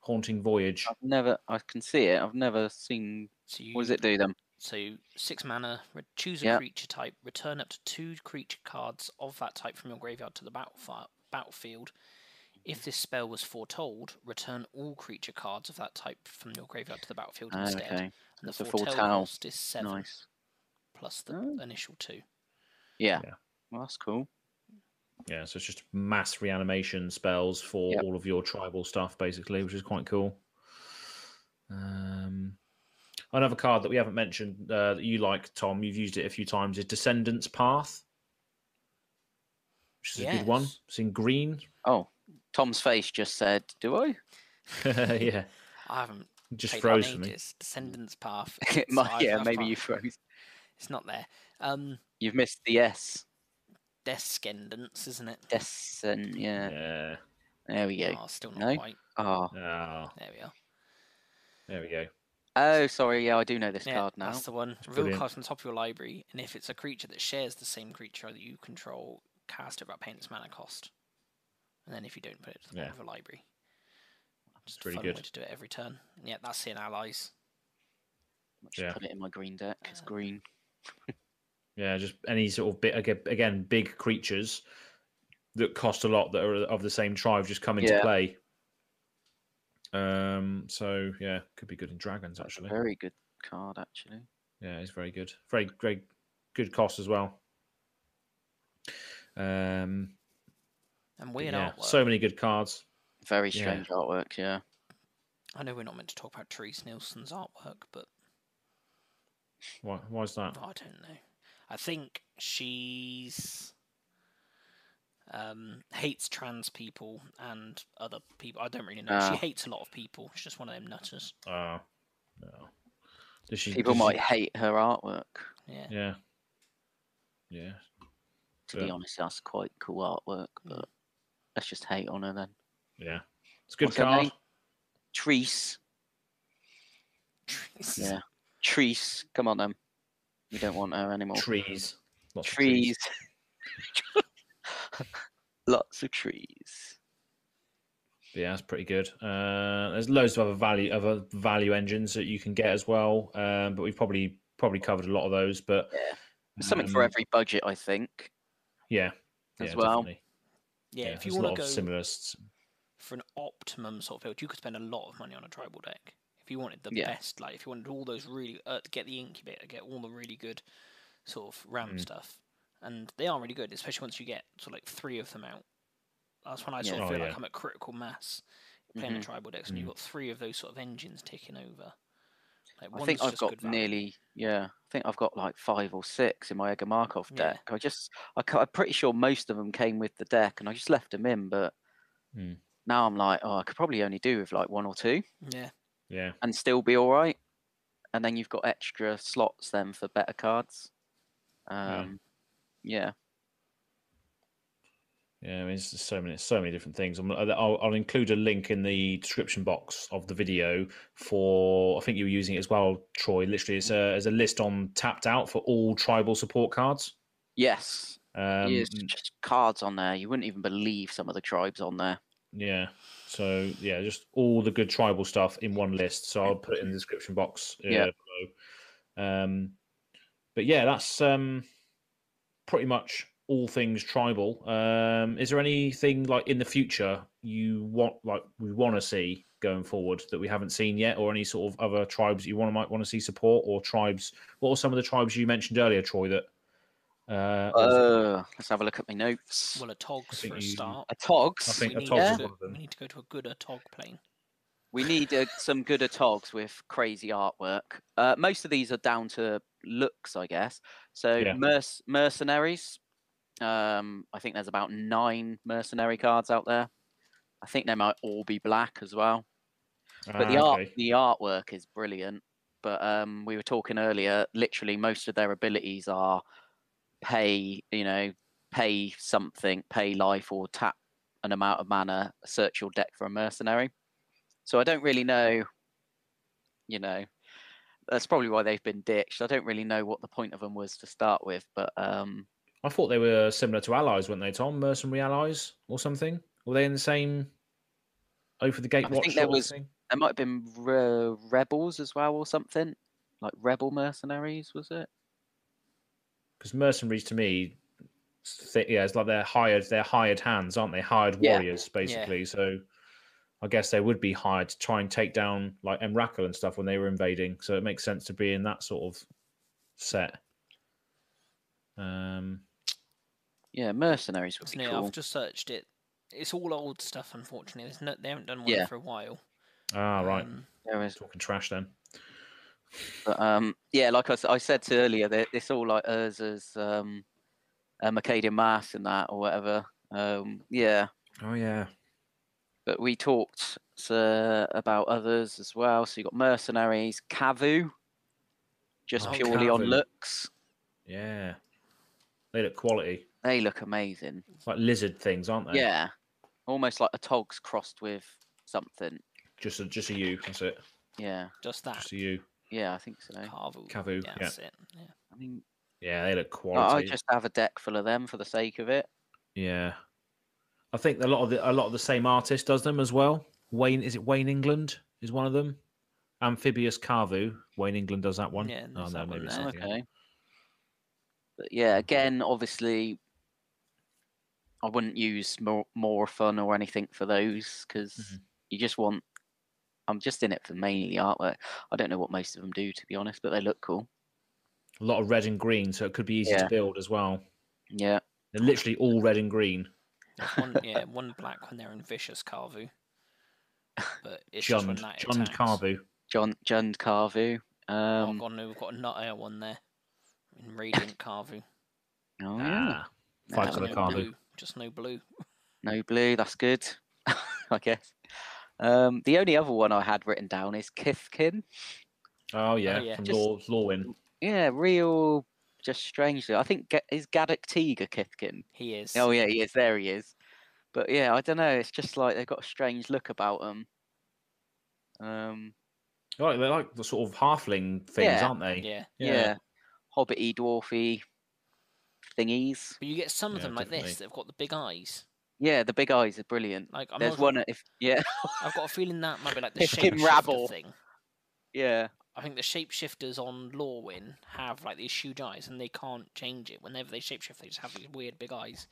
Haunting Voyage. I've never. I can see it. I've never seen. So you, What does it do then? So six mana, re- choose a Yeah. creature type, return up to two creature cards of that type from your graveyard to the battlefi- battlefield. If this spell was foretold, return all creature cards of that type from your graveyard to the battlefield Ah, instead. okay. And the so foretell, foretell. cost is seven Nice. plus the Oh. initial two. Yeah. Yeah. Well, that's cool. Yeah, so it's just mass reanimation spells for Yep. all of your tribal stuff, basically, which is quite cool. Um, another card that we haven't mentioned uh, that you like, Tom, you've used it a few times, is Descendant's Path, which is a good one. Yes. It's in green. Oh, Tom's face just said, "Do I?" yeah, I haven't it just played that in froze for me. ages. Descendant's Path. It so might- I've- yeah, I've maybe part- you froze. It's not there. Um, You've missed the S. Descendants, isn't it? Descent. Yeah. Ah. Yeah. There we go. Oh, still not No? quite. Oh. Ah, There we are. there we go. Oh, sorry. Yeah, I do know this Yeah, card now. That's the one. Reveal brilliant. cards from the top of your library, and if it's a creature that shares the same creature that you control, cast it without paying its mana cost. And then if you don't put it to the Yeah. bottom of a library, just a really fun good. way to do it every turn. Yeah, that's in allies. Should Yeah. Put it in my green deck. It's Uh, green. Yeah, just any sort of bit aga- again, big creatures that cost a lot that are of the same tribe just come into Yeah. play. Um, so yeah, could be good in dragons That's a actually. very good card, actually. Yeah, it's very good. Very very good cost as well. Um, And but weird yeah, artwork. so many good cards. Very Yeah. strange artwork. Yeah. I know we're not meant to talk about Therese Nielsen's artwork, but Why, why is that? I don't know. I think she's um, hates trans people and other people. I don't really know. Ah. she hates a lot of people. She's just one of them nutters. Oh, no. Does she, People does might hate her artwork. Yeah. She, yeah. Yeah. To be Yeah. honest, that's quite cool artwork, but let's just hate on her then. Yeah. It's a good What's her card. name? Treese. Therese. Yeah. Treese. Come on, then. We don't want her anymore. Trees. Oh. Lots of trees. Lots of trees. Yeah, that's pretty good. Uh, there's loads of other value other value engines that you can get as well, um, but we've probably probably covered a lot of those. But Yeah. There's something for um, every budget, I think. Yeah, as yeah, well. definitely. Yeah, if you there's a lot want of to go similar. s- for an optimum sort of build, you could spend a lot of money on a tribal deck. If you wanted the Yeah. best, like if you wanted all those really, uh, get the incubator, get all the really good sort of RAM Mm. stuff, and they are really good, especially once you get sort of like three of them out. That's when I Yeah. sort of Oh, feel yeah. like I'm at critical mass playing the tribal decks, and you've Mhm. got three of those sort of engines ticking over. Like, I think one's I've just got good value. nearly, yeah, I think I've got like five or six in my Egger Markov Yeah. deck. I just, I, ca- I'm pretty sure most of them came with the deck and I just left them in, but Hmm. Mm. now I'm like, oh, I could probably only do with like one or two Yeah, Yeah, and still be all right. And then you've got extra slots then for better cards. Hmm. Um, yeah. yeah. I mean, it's just so many, so many different things. I'm, I'll, I'll include a link in the description box of the video for. I think you were using it as well, Troy. Literally, it's a, there's a list on tapped out for all tribal support cards. Yes. Um, Yes, just cards on there. You wouldn't even believe some of the tribes on there. Yeah. So yeah, just all the good tribal stuff in one list. So I'll put it in the description box. Uh, Yeah. Below. Um, but yeah, that's um, pretty much all things tribal. Um, is there anything like in the future you want, like we want to see going forward that we haven't seen yet, or any sort of other tribes you want to might want to see support or tribes? What were some of the tribes you mentioned earlier, Troy? That Uh, Uh, let's have a look at my notes. Well, a I togs think for a you- start. A togs. I think we a need tog's yeah. one of we them. need to go to a good a tog plane. We need uh, some good togs with crazy artwork. Uh, most of these are down to looks, I guess. So Yeah. merc- mercenaries. Um, I think there's about nine mercenary cards out there. I think they might all be black as well. But the Ah, art, okay. the artwork is brilliant. But um, we were talking earlier. Literally, most of their abilities are pay. You know, pay something, pay life, or tap an amount of mana. Search your deck for a mercenary. So I don't really know. You know, that's probably why they've been ditched. I don't really know what the point of them was to start with. But um, I thought they were similar to allies, weren't they, Tom? Mercenary allies or something? Were they in the same over the gate I watch? think sort there of was- thing? there might have been re- rebels as well, or something like rebel mercenaries. Was it? because mercenaries to me, s- th- yeah, it's like they're hired, they're hired hands, aren't they? Hired Yeah. warriors, basically. So I guess they would be hired to try and take down like Emrakul and stuff when they were invading. So it makes sense to be in that sort of set. Um, Yeah, mercenaries would It's be near- cool. I've just searched it. It's all old stuff, unfortunately. There's no, they haven't done one Yeah. for a while. ah, right, Um, There is talking trash then. But um, yeah, like I, s- I said to earlier, that it's all like Urza's um, uh, Mercadian Mass and that or whatever. Um, yeah, Oh yeah, but we talked uh, about others as well. So you got mercenaries, Cavu, just Oh, purely on Cavu. looks. yeah. They look quality, They look amazing. like lizard things, aren't they? Yeah, almost like a togs crossed with something. Just a, just a U. That's it. Yeah, just that. Just a U. yeah, I think so. Carvel. Cavu, Yeah, yeah. that's it. Yeah. I mean, Yeah, they look I- quality. I just have a deck full of them for the sake of it. Yeah, I think a lot of the a lot of the same artist does them as well. Wayne is it Wayne England is one of them. Amphibious Carvu. Wayne England does that one. Yeah, oh there's no, that one maybe it's there. something else. Okay. But yeah, again, obviously, I wouldn't use more, more fun or anything for those because Mm-hmm. Mhm. you just want. I'm just in it for mainly the artwork. I don't know what most of them do, to be honest, but they look cool. A lot of red and green, so it could be easy Yeah. to build as well. Yeah. They're literally all red and green. There's one, yeah, one black when they're in vicious Carvu. But it's just when Jund, that Jund attacks. Carvu. John, Jund Carvu. Oh Um, god, no, we've got a nut air one there. In radiant Carvu. oh, yeah. Ah, five That's colour Just a no Carvu. blue. Just no blue. No blue. That's good, I guess. Um, the only other one I had written down is Kithkin. Oh yeah, yeah, from just- Law Lawin. Yeah, real, just strangely. I think Ga- is Gaddock Teague a Kithkin? He is. Oh yeah, he is. There he is. But yeah, I don't know. It's just like they've got a strange look about them. Um, Like they're like the sort of halfling things, Yeah. aren't they? Yeah. yeah. hobbity, dwarfy thingies. But you get some of Yeah, them like definitely. this. They've got the big eyes. Yeah, the big eyes are brilliant. Like I'm There's not, one if yeah, I've got a feeling that might be like the It's Kim shapeshifter Rabble. thing. yeah, I think the shapeshifters on Lorwyn have like these huge eyes, and they can't change it. Whenever they shapeshift, they just have these weird big eyes.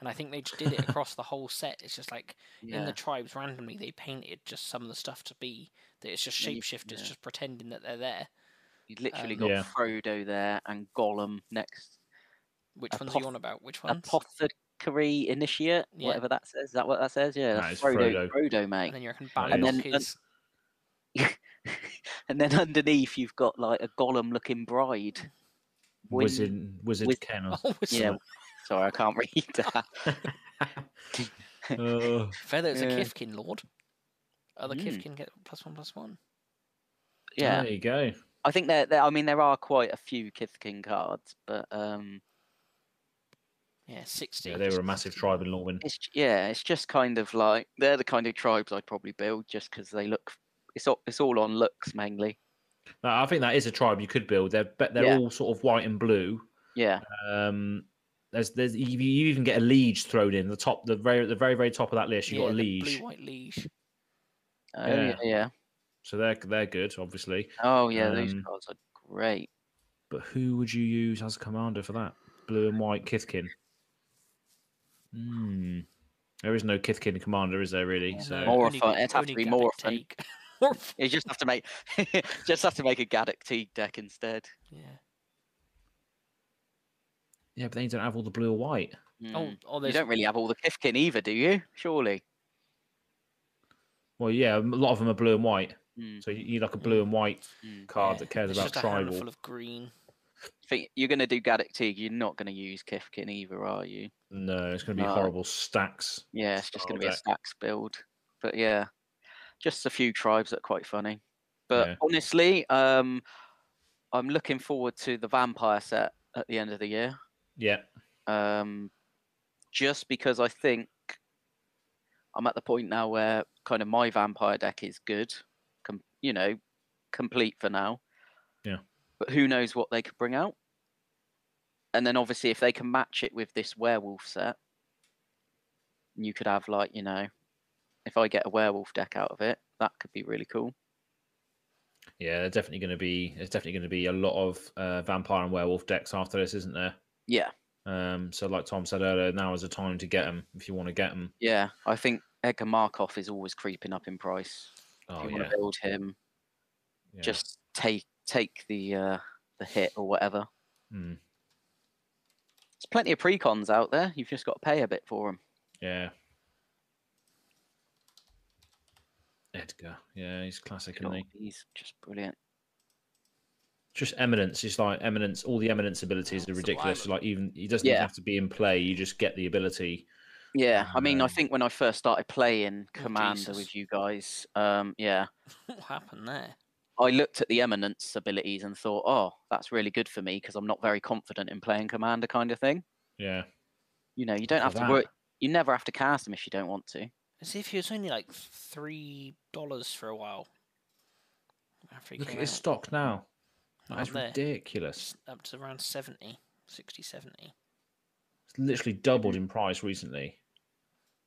And I think they just did it across the whole set. It's just like in yeah. the tribes randomly, they painted just some of the stuff to be that it's just Yeah, you- shapeshifters yeah. just pretending that they're there. You've literally um, got Yeah. Frodo there and Gollum next. Which ones are Apoth- you on about? Which ones? Apothecary initiate, Yeah. whatever that says. Is that what that says? Yeah, No, that's it's Frodo. Frodo, Frodo, mate. and then you reckon Oh, yeah. Balin And then- and- is and then underneath you've got like a Gollum-looking bride. Win- Wizard Wizard Wiz- Ken. or- oh, it's Yeah. Sorry, I can't read that. Oh. Feather's a Yeah. Kifkin lord. Other Mm. Kifkin get plus one plus one. Yeah. There you go. I think there, there. I mean, there are quite a few Kithkin cards, but um, Yeah, sixty. Yeah, they were a massive tribe in Lawin. it's j- yeah, it's just kind of like they're the kind of tribes I'd probably build just because they look. It's all it's all on looks mainly. No, I think that is a tribe you could build. They're be- they're Yeah. all sort of white and blue. Yeah, Um, there's there's you, you even get a liege thrown in the top the very the very very top of that list. You yeah, got a the liege, Blue white liege. oh, yeah, Yeah. yeah. so they're they're good, obviously. Oh yeah, those Um, cards are great. But who would you use as a commander for that? Blue and white Kithkin. Hmm. There is no Kithkin commander, is there really? Yeah, So no, More only- fun- it'd have only to be Gaddock more fun. take. More fun, You just have to make just have to make a Gaddock Teague deck instead. yeah. Yeah, but then you don't have all the blue or white. Oh, Mm. oh, you there's don't really have all the Kifkin either, do you? Surely. Well, yeah, a lot of them are blue and white. Mm. So you need like a blue and white Mm. card yeah, that cares it's about just a handful tribal. of green. Think you're going to do Gaddock Teague. You're not going to use Kifkin either, are you? No, it's going to be No. horrible stacks. Yeah, it's just going to be a Stardeck. stacks build. But yeah, just a few tribes that are quite funny. But Yeah. honestly, um, I'm looking forward to the vampire set at the end of the year. Yeah, um, just because I think I'm at the point now where kind of my vampire deck is good, com- you know, complete for now. Yeah. But who knows what they could bring out? And then obviously, if they can match it with this werewolf set, you could have like you know, if I get a werewolf deck out of it, that could be really cool. yeah, they're definitely going to be. There's definitely going to be a lot of uh, vampire and werewolf decks after this, isn't there? Yeah, Um, so, like Tom said earlier, now is the time to get them if you want to get them. yeah. I think Edgar Markov is always creeping up in price. If Oh you yeah, want to build him, yeah. just take take the uh, the hit or whatever. Mm, There's plenty of precons out there. You've just got to pay a bit for them. yeah. Edgar, yeah, he's classic, isn't he? He's just brilliant. Just eminence, just like eminence. All the eminence abilities are That's the ridiculous. violent. Like even he doesn't even Yeah. have to be in play. You just get the ability. Yeah, I mean, I Um, think when I first started playing Oh, Commander Jesus. with you guys, um, yeah, What happened there? I looked at the Eminence abilities and thought, oh, that's really good for me because I'm not very confident in playing Commander, kind of thing. Yeah, You know, you don't For have to that. work. You never have to cast them if you don't want to. As if he was only like three dollars for a while. After he look came at his out. stock now. Not That's up there. ridiculous. It's up to around 70, 60, 70. It's literally doubled in price recently.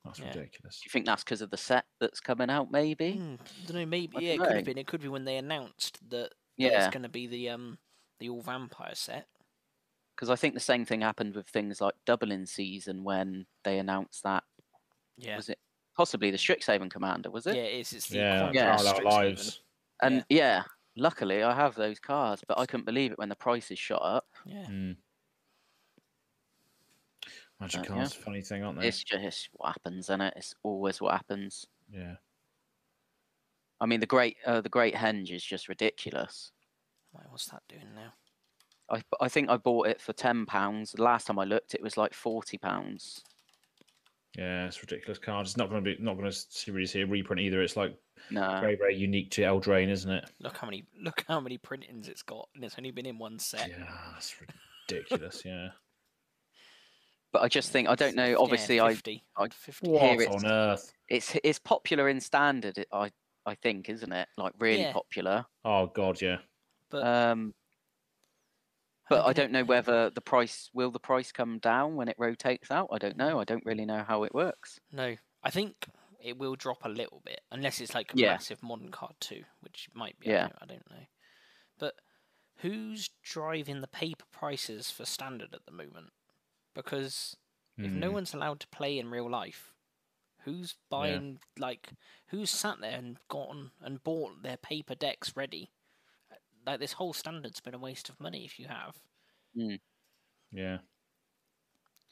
That's Yeah. ridiculous. Do you think that's because of the set that's coming out? Maybe. Hmm. don't know, maybe I yeah, it dunno. could have been. It could be when they announced that yeah. Yeah, it's going to be the um the all vampire set. because I think the same thing happened with things like Dublin Season when they announced that Yeah, was it possibly the Strixhaven commander? Was it? yeah, it is. It's the Yeah, quantum Yeah. parallel strixhaven. lives. And yeah. luckily I have those cards, but I couldn't believe it when the prices shot up. Yeah, Mm. Magic Uh, yeah. cards, funny thing, aren't they? It's just what happens, and it? It's always what happens. Yeah, I mean, the great uh, the great henge is just ridiculous. Wait, what's that doing now? I I think I bought it for ten pounds. The last time I looked, it was like forty pounds. yeah, it's ridiculous cards. It's not going to be not going to see really see a reprint either. It's like No, very very unique to Eldraine, isn't it? Look how many look how many printings it's got, and it's only been in one set. Yeah, it's ridiculous. yeah. but I just think I don't know. Obviously, yeah, I 50, I- 50. What it's- on earth? it's it's popular in standard. it- I I think isn't it like really Yeah. popular? Oh god, yeah. But- um, but I think don't know it- whether the price will the price come down when it rotates out. I don't know. I don't really know how it works. No, I think it will drop a little bit, unless it's like a Yeah. massive modern card too, which might be. Yeah. I don't, I don't know. But who's driving the paper prices for standard at the moment? Because if no Mm. one's allowed to play in real life, who's buying like who's sat there and gone and bought their paper decks ready? Like this whole standard's been a waste of money if you have. Yeah.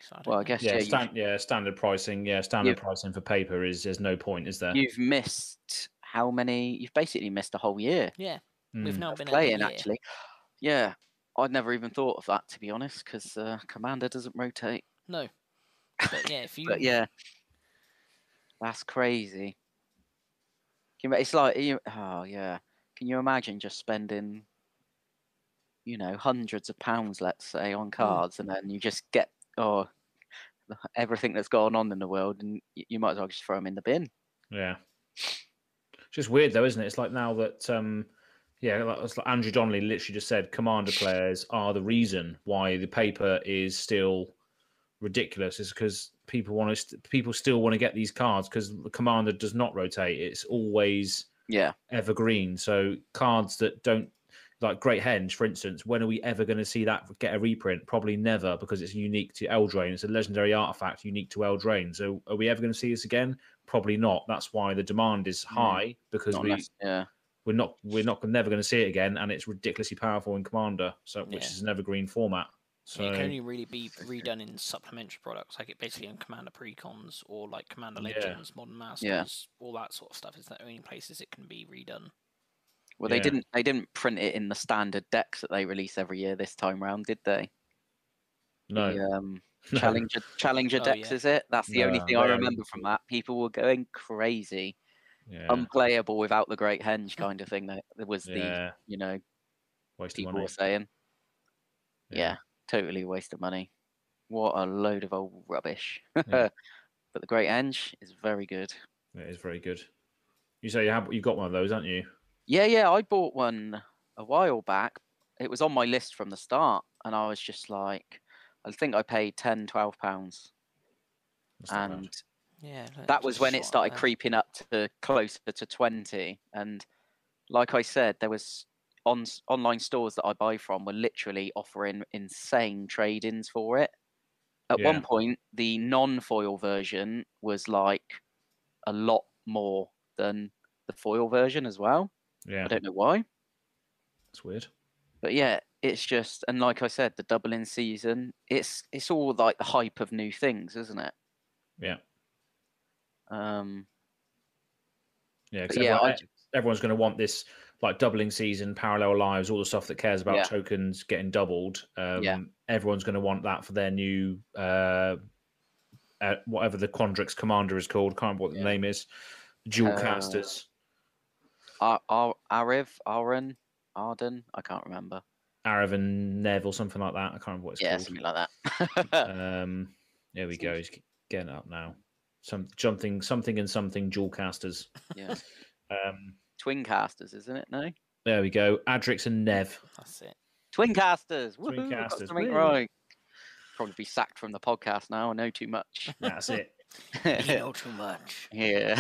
So I don't Well, I know. guess yeah. Yeah, you've- stan- yeah, standard pricing. Yeah, standard You've- pricing for paper is there's no point, is there? you've missed how many? You've basically missed a whole year Yeah, Mm. we've now of been at a playing. year. Actually, yeah, I'd never even thought of that to be honest, because uh, Commander doesn't rotate. No, but yeah, if you But yeah, that's crazy. Can you ma- It's like you- oh yeah. Can you imagine just spending, you know, hundreds of pounds, let's say, Hmm. on cards, and then you just get oh everything that's going on in the world, and y- you might as well just throw them in the bin. Yeah. It's just weird though, isn't it? It's like now that um yeah, like, it's like Andrew Donnelly literally just said commander players are the reason why the paper is still ridiculous is because people want to st- people still want to get these cards because commander does not rotate. It's always Yeah, evergreen. So cards that don't like Great Henge, for instance, when are we ever going to see that get a reprint? Probably never, because it's unique to Eldraine. It's a legendary artifact unique to Eldraine. So are we ever going to see this again? Probably not. That's why the demand is high because Mm. not we unless- yeah. we're not we're not never going to see it again, and it's ridiculously powerful in Commander. So which Yeah. is an evergreen format. So it can only really be redone in supplementary products, like it basically on Commander Precons or like Commander Yeah. Legends, Modern Masters, all that sort of stuff. Is the only places it can be redone. Well, they Yeah. didn't. They didn't print it in the standard decks that they release every year this time round, did they? no, The, um, no. Challenger Challenger Oh, decks yeah. is it? That's the only No, thing I they only remember from that. People were going crazy, yeah, unplayable without the Great Henge kind of thing. That that was the yeah, you know waste of people money. were saying. Yeah. totally a waste of money. What a load of old rubbish. Yeah. But the Great Henge is very good. it is very good. You say you have you got one of those, haven't you? Yeah, yeah, I bought one a while back. It was on my list from the start, and I was just like, I think I paid 10, 12 pounds. That's not bad. And Yeah, look, that it's was just when shot it up started there. creeping up to closer to 20. And like I said, there was on online stores that I buy from were literally offering insane trade-ins for it. At Yeah. one point, the non-foil version was like a lot more than the foil version as well. yeah, I don't know why. that's weird. but yeah, it's just and like I said, the doubling season, it's it's all like the hype of new things, isn't it? Yeah, Um, yeah. 'cause but yeah, everyone- I, everyone's going to want this like doubling season, parallel lives, all the stuff that cares about Yeah. tokens getting doubled. Um, Yeah. Everyone's going to want that for their new, uh, uh, whatever the Quandrix commander is called. Can't remember what the Yeah. name is. Dual Uh, casters. Ar- Ar- Ariv, Aaron, Arden, I can't remember. Aravan Nev or something like that. I can't remember what it's yeah, called. something like that. Um, there we go. Something- He's getting it up now. Some something, something, and something dual casters. yeah, Um, twin casters, isn't it? No, there we go. Adrix and Nev. That's it. twin casters. Woohoo, Twin I got casters, something woo. right. Probably be sacked from the podcast now. I know too much. That's it. You know too much. yeah.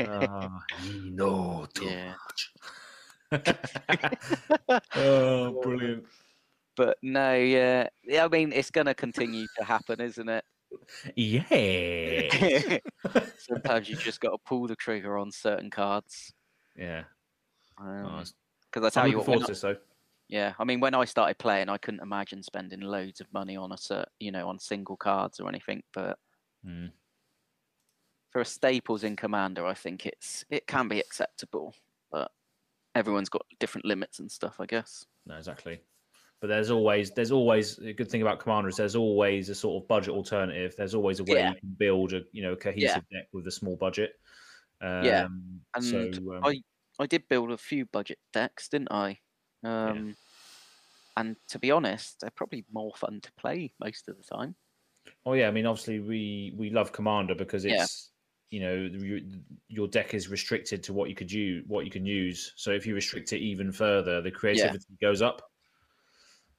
Ah, you know too Yeah. much. oh, brilliant! but no, yeah. yeah. I mean, it's going to continue to happen, isn't it? Yeah, Sometimes you just got to pull the trigger on certain cards. um, yeah. Because Nice. I tell I'm you looking what, when forward to I- this though. yeah, I mean, when I started playing, I couldn't imagine spending loads of money on a cert, you know, on single cards or anything. But Mm. for a staples in Commander, I think it's it can be acceptable, but everyone's got different limits and stuff, I guess. No, exactly. But there's always there's always a good thing about Commander is there's always a sort of budget alternative. There's always a way Yeah. you can build a you know cohesive deck with a small budget. Um, Yeah. so And um, I- I did build a few budget decks, didn't I? Um, And to be honest, they're probably more fun to play most of the time. oh yeah, I mean obviously we we love Commander because Yeah. it's you know you, your deck is restricted to what you could use what you can use. So if you restrict it even further, the creativity goes up.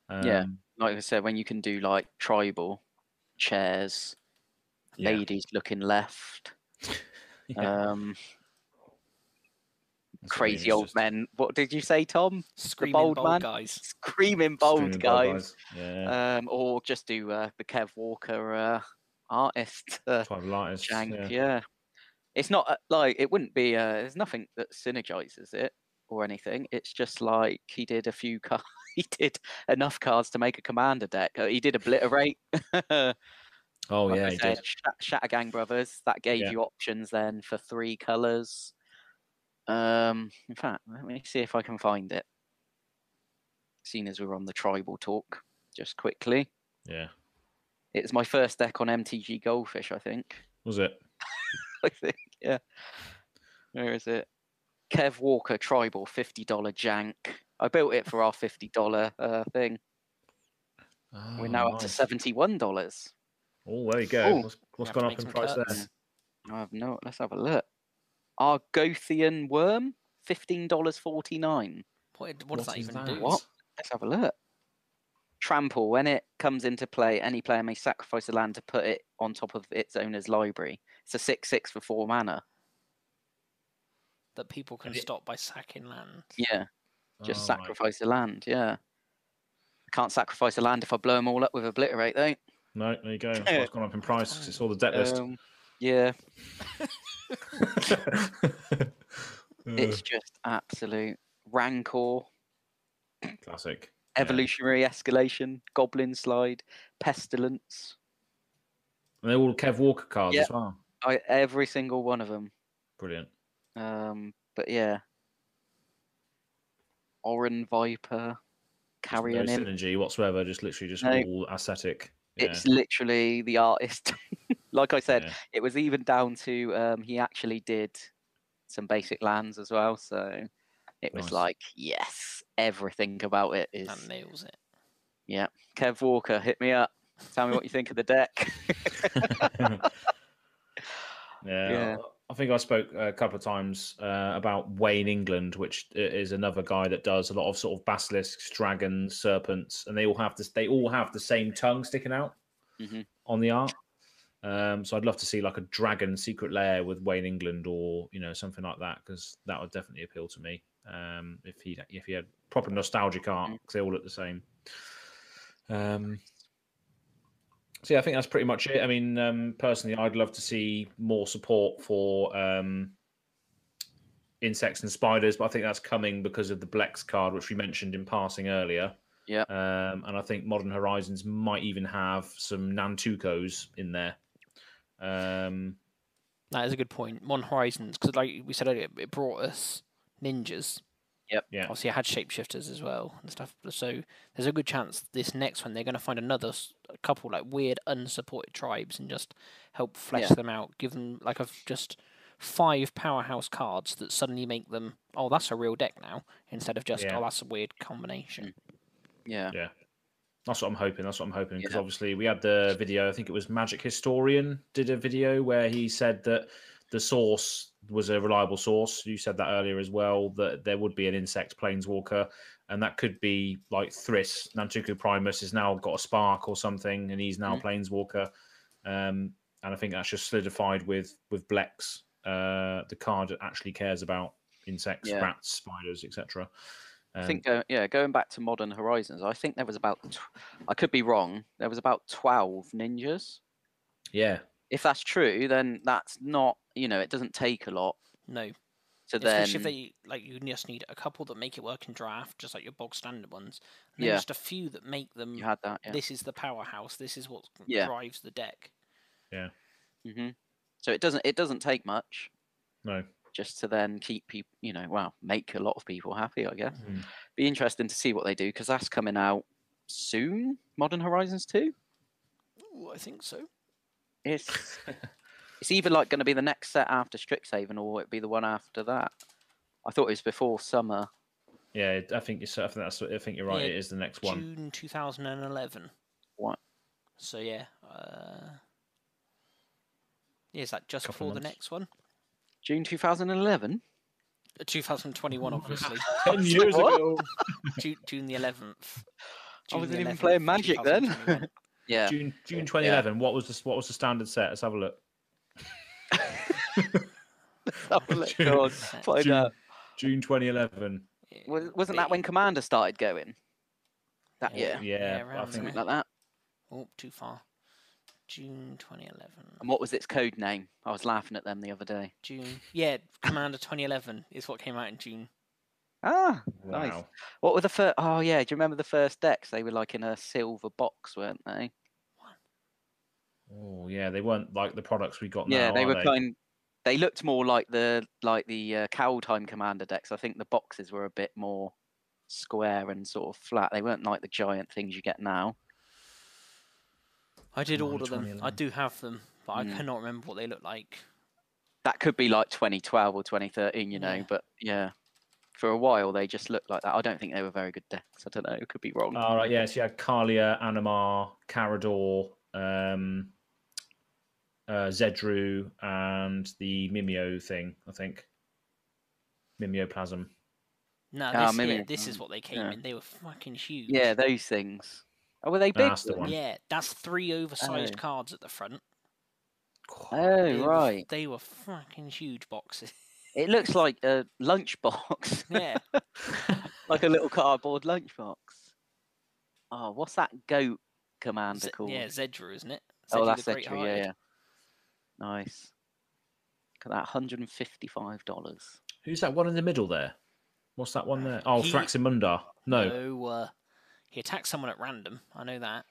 Um, Yeah. Like I said, when you can do like tribal chairs, yeah, ladies looking left, yeah, um, that's what I mean, crazy it's old just men. What did you say, Tom? Screaming bold bold, man. guys. Screaming bold screaming guys. Yeah, Um, or just do uh, the Kev Walker uh, artist uh, Twelve lighters, jank. Yeah. yeah. it's not uh, like it wouldn't be. Uh, there's nothing that synergizes it or anything. It's just like he did a few cards. he did enough cards to make a commander deck. Uh, he did obliterate. Oh like yeah, I he said, did. Shat- Shattergang Brothers. That gave Yeah. you options then for three colors. Um, in fact, let me see if I can find it. Seeing as we're on the tribal talk, just quickly. yeah. It's my first deck on MTG Goldfish, I think. Was it? I think, yeah. Where is it? Kev Walker Tribal $50 jank. I built it for our $50 uh, thing. We're now Oh, up to nice. $71. Oh, there you go. Ooh. what's what's Gonna have gone to up make in some price cuts. there? I have no. Let's have a look. Our Gothian Worm, $15.49. What, what What does that is even that? do? What? Let's have a look. Trample. When it comes into play, any player may sacrifice a land to put it on top of its owner's library. It's a 6 6 for 4 mana. That people can And it- stop by sacking land. Yeah. just Oh, my- sacrifice the land. Yeah, I can't sacrifice the land if I blow them all up with obliterate though. No, there you go. That's why it's gone up in price 'cause it's all the debt list. Um, yeah, Uh, Um, Hmm. it's just absolute rancor. Classic. Evolutionary escalation, goblin slide, pestilence. And they're all Kev Walker cards Yeah. as well. I, every single one of them. Brilliant. Um, but yeah, Oran Viper, Just No Carrion Imp. synergy whatsoever. Just literally just No. all aesthetic. Yeah. It's literally the artist. like I said, Yeah. it was even down to um, he actually did some basic lands as well. So it was Nice. like, yes, everything about it is. That nails it. Kev Walker, hit me up. Tell me what you think of the deck. yeah, Yeah. I, I think I spoke a couple of times uh, about Wayne England, which i- is another guy that does a lot of sort of basilisks, dragons, serpents, and they all have this. They all have the same tongue sticking out Mhm. on the art. Um, so I'd love to see like a dragon secret lair with Wayne England, or you know something like that, because that would definitely appeal to me. Um, if he if he had proper nostalgic art, 'cause they all look the same. Um, so yeah, I think that's pretty much it. I mean, um, personally, I'd love to see more support for um, insects and spiders, but I think that's coming because of the Blex card, which we mentioned in passing earlier. Yeah. Um, and I think Modern Horizons might even have some Nantukos in there. Um, That is a good point. Mon Horizons, because like we said earlier, it brought us ninjas. yeah. Obviously, I had shapeshifters as well and stuff. So there's a good chance this next one they're going to find another s- couple like weird unsupported tribes and just help flesh Yeah. them out. Give them like a f- just five powerhouse cards that suddenly make them oh that's a real deck now instead of just Yeah. oh that's a weird Mm. combination. yeah. That's what I'm hoping. That's what I'm hoping because Yeah. obviously we had the video. I think it was Magic Historian did a video where he said that the source was a reliable source. You said that earlier as well that there would be an insect planeswalker, and that could be like Thriss. Nantuku Primus has now got a spark or something, and he's now Mhm. planeswalker. Um, and I think that's just solidified with with Blex, uh, the card that actually cares about insects, Yeah. rats, spiders, etc. Um, I think, uh, yeah, going back to Modern Horizons, I think there was about, tw- I could be wrong, there was about 12 ninjas. yeah, If that's true, then that's not, you know, it doesn't take a lot. No, So then, especially if they like you just need a couple that make it work in draft, just like your bog standard ones. And then Yeah. just a few that make them. you had that. Yeah. This is the powerhouse. This is what Yeah. drives the deck. hmm So it doesn't, it doesn't take much. no. just to then keep people, you know, well, make a lot of people happy, I guess. Mm. Be interesting to see what they do because that's coming out soon. Modern Horizons 2. Ooh, I think so. It's it's either like going to be the next set after Strixhaven or it be the one after that. I thought it was before summer. Yeah, I think you're. I think that's. I think you're right. Yeah, It is the next one. June 2011. What? So yeah, uh, yeah, is that just Couple before the months. next one? June 2011. Uh, 2021, obviously. Ten years What? ago. June, June the 11th. I June wasn't the even playing 11th, Magic then. 2021. Yeah. June June 2011. What was the What was the standard set? Let's have a look. I'll let June- Oh, God June- find June, out. June 2011. Yeah, Wa- Wasn't that when but- Commander started going? That Yeah. year, Yeah, I around think. there. something like that. Oh, too far. June 2011. And what was its code name? I was laughing at them the other day. June. Yeah, Commander 2011 is what came out in June. Ah, Wow. Nice. What were the first? Oh yeah, do you remember the first decks? They were like in a silver box, weren't they? Oh yeah, they weren't like the products we got now. yeah, they are were kind. They looked more like the like the uh, Cowltime Commander decks. I think the boxes were a bit more square and sort of flat. They weren't like the giant things you get now. I did Commander order them. I 2011. do have them, but I Mm. cannot remember what they look like. That could be like 2012 or 2013, you know. Yeah. But yeah, for a while they just looked like that. I don't think they were very good decks. I don't know. It could be wrong. All right. Yeah. So you had Kalia, Animar, Carador, um, uh, Zedru, and the Mimeo thing. I think. Mimeoplasm. No, Ah, this, maybe yeah, it this is wasn't. what they came Yeah. in. They were fucking huge. yeah, those things. Oh, were they big? that's the then? one. Yeah, that's three oversized Oh. cards at the front. They Oh were- right. They were fucking huge boxes. It looks like a lunchbox. Yeah. like a little cardboard lunchbox. Oh, what's that goat commander Z- called? yeah, Zedra, isn't it? oh, Zedru that's the Great Century, yeah, Hearted. yeah. Nice. Look at that, hundred and fifty-five dollars. uh, Who's that one in the middle there? What's that one there? Oh, He- Thraximundar. No. uh, He attacked someone at random. I know that.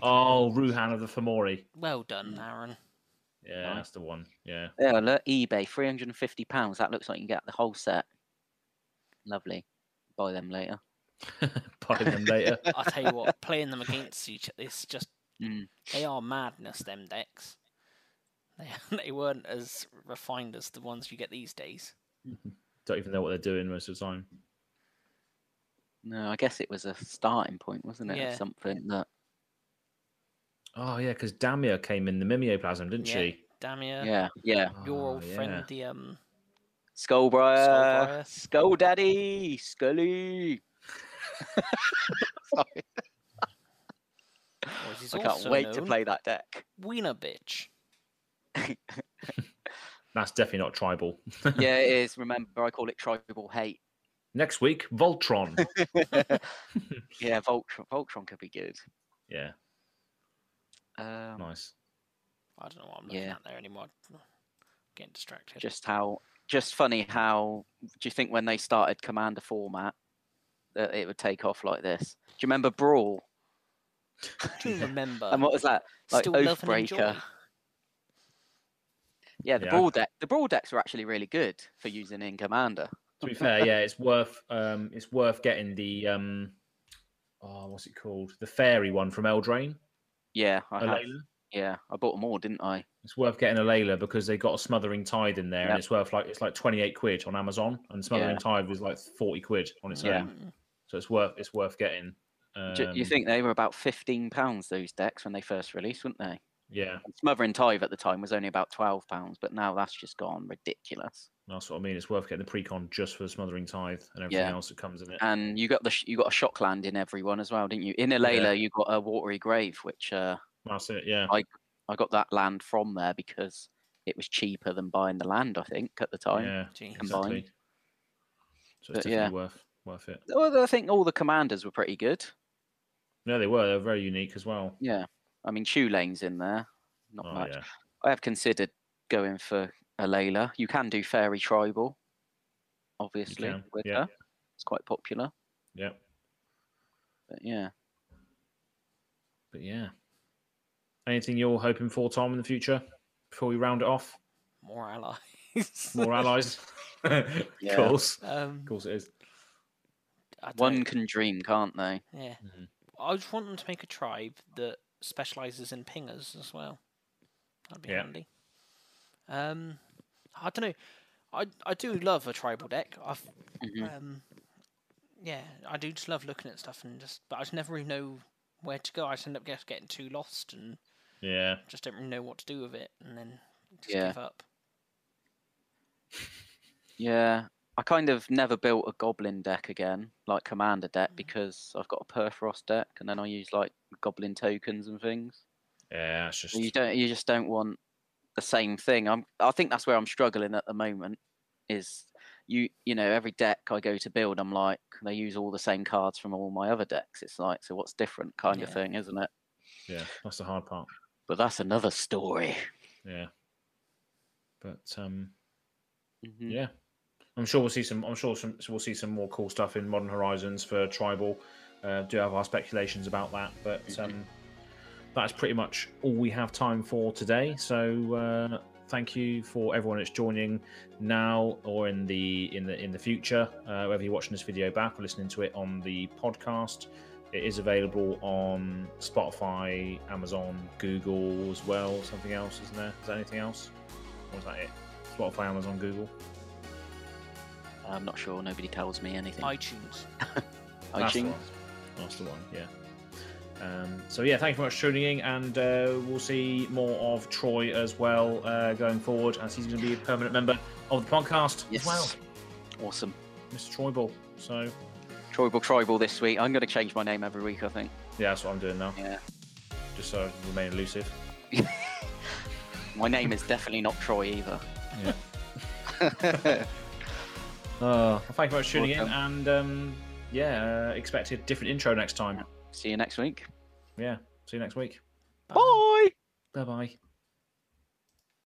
Oh, Ruhan of the Fomori. Well done, Mm. Aaron. Yeah, Nice. that's the one. Yeah. Yeah, look, eBay, three hundred and fifty pounds. That looks like you can get the whole set. Lovely. Buy them later. Buy them later. I'll tell you what, playing them against each other, it's just Mm. they are madness. Them decks. They they weren't as refined as the ones you get these days. Don't even know what they're doing most of the time. No, I guess it was a starting point, wasn't it? of Yeah. Something that Oh, yeah, because Damia came in the mimeoplasm, didn't Yeah. she? Damia, yeah, yeah. your old Oh, yeah. friend, the um, Skullbriar, Skullbriar. Skull Daddy, Scully. Sorry, or as he's I can't also wait to known, play that deck. Wiener bitch. That's definitely not tribal. yeah, it is. Remember, I call it tribal hate. Next week, Voltron. Yeah, Voltron, Voltron could be good. yeah, Um, nice. I don't know what I'm looking Yeah. at there anymore. I'm getting distracted. just how just funny how do you think when they started commander format that it would take off like this do you remember brawl Do you remember? and what was that like Still love and enjoy. Oathbreaker. yeah the Yeah. brawl deck the brawl decks were actually really good for using in commander To be fair, yeah, it's worth um, it's worth getting the um, oh, what's it called? The fairy one from Eldraine. yeah I have, Alayla. yeah i bought them all didn't i It's worth getting a Layla because they got a Smothering Tide in there, Yeah. and it's worth like it's like twenty eight quid on Amazon, and Smothering Yeah. Tide was like forty quid on its Yeah. own. Mm. So it's worth it's worth getting. Do you Um, think they were about 15 pounds those decks when they first released weren't they Yeah, and smothering tithe at the time was only about 12 pounds but now that's just gone ridiculous that's what I mean. It's worth getting the precon just for the Smothering Tithe and everything Yeah. else that comes in it. and you got the sh- you got a shock land in everyone as well, didn't you? In Alayla, you got a watery grave, which uh, That's it. Yeah, I got that land from there because it was cheaper than buying the land, I think, at the time. yeah, Jeez. combined. exactly. So it's But, definitely yeah. worth worth it. Well, I think all the commanders were pretty good. No, they were. They were very unique as well. Yeah, I mean, shoe lanes in there, not Oh, much. yeah. I have considered going for Alayla. You can do fairy tribal, obviously, can, with yeah. her. It's quite popular, Yeah. but yeah. But yeah. Anything you're hoping for, Tom, in the future before we round it off? More allies. More allies? Of Yeah. course. Um, Of course it is. I don't- One can dream, can't they? Yeah. Mhm. I just want them to make a tribe that specializes in pingers as well. That'd be Yeah. handy. Um, I don't know. I I do love a tribal deck. I've Mhm. um, yeah, I do just love looking at stuff and just, but I just never really know where to go. I just end up just getting too lost and Yeah. just don't really know what to do with it, and then just Yeah. give up. Yeah, I kind of never built a goblin deck again, like commander deck, Mm. because I've got a Perforos deck, and then I use like goblin tokens and things. Yeah, it's just You don't, you just don't want the same thing. I'm, I think that's where I'm struggling at the moment. Is you, you know, every deck I go to build, I'm like, they use all the same cards from all my other decks. It's like, so what's different, kind of Yeah. thing, isn't it? yeah, that's the hard part. But that's another story. Yeah. But um Mhm. yeah. I'm sure we'll see some I'm sure some we'll see some more cool stuff in Modern Horizons for Tribal. Uh, do have our speculations about that, but Mhm. um that's pretty much all we have time for today. So uh, thank you for everyone that's joining now or in the in the in the future. Uh, whether you're watching this video back or listening to it on the podcast, it is available on Spotify, Amazon, Google as well. Something else isn't there? Is there anything else? Or is that it? Spotify, Amazon, Google. I'm not sure. Nobody tells me anything. iTunes. That's the Iching. one. That's the one. Yeah. Um, so yeah, thank you very much for tuning in, and uh, we'll see more of Troy as well uh, going forward, as he's going to be a permanent member of the podcast Yes. as well, Awesome. Mr. Troy Ball. So Tribal Tribal this week. I'm going to change my name every week, I think. yeah, that's what I'm doing now, Yeah. just so I remain elusive. My name is definitely not Troy either. Yeah. uh, thank you very much for tuning in, Welcome. and um, yeah, uh, expect a different intro next time. See you next week. Yeah, see you next week. Bye. Bye bye.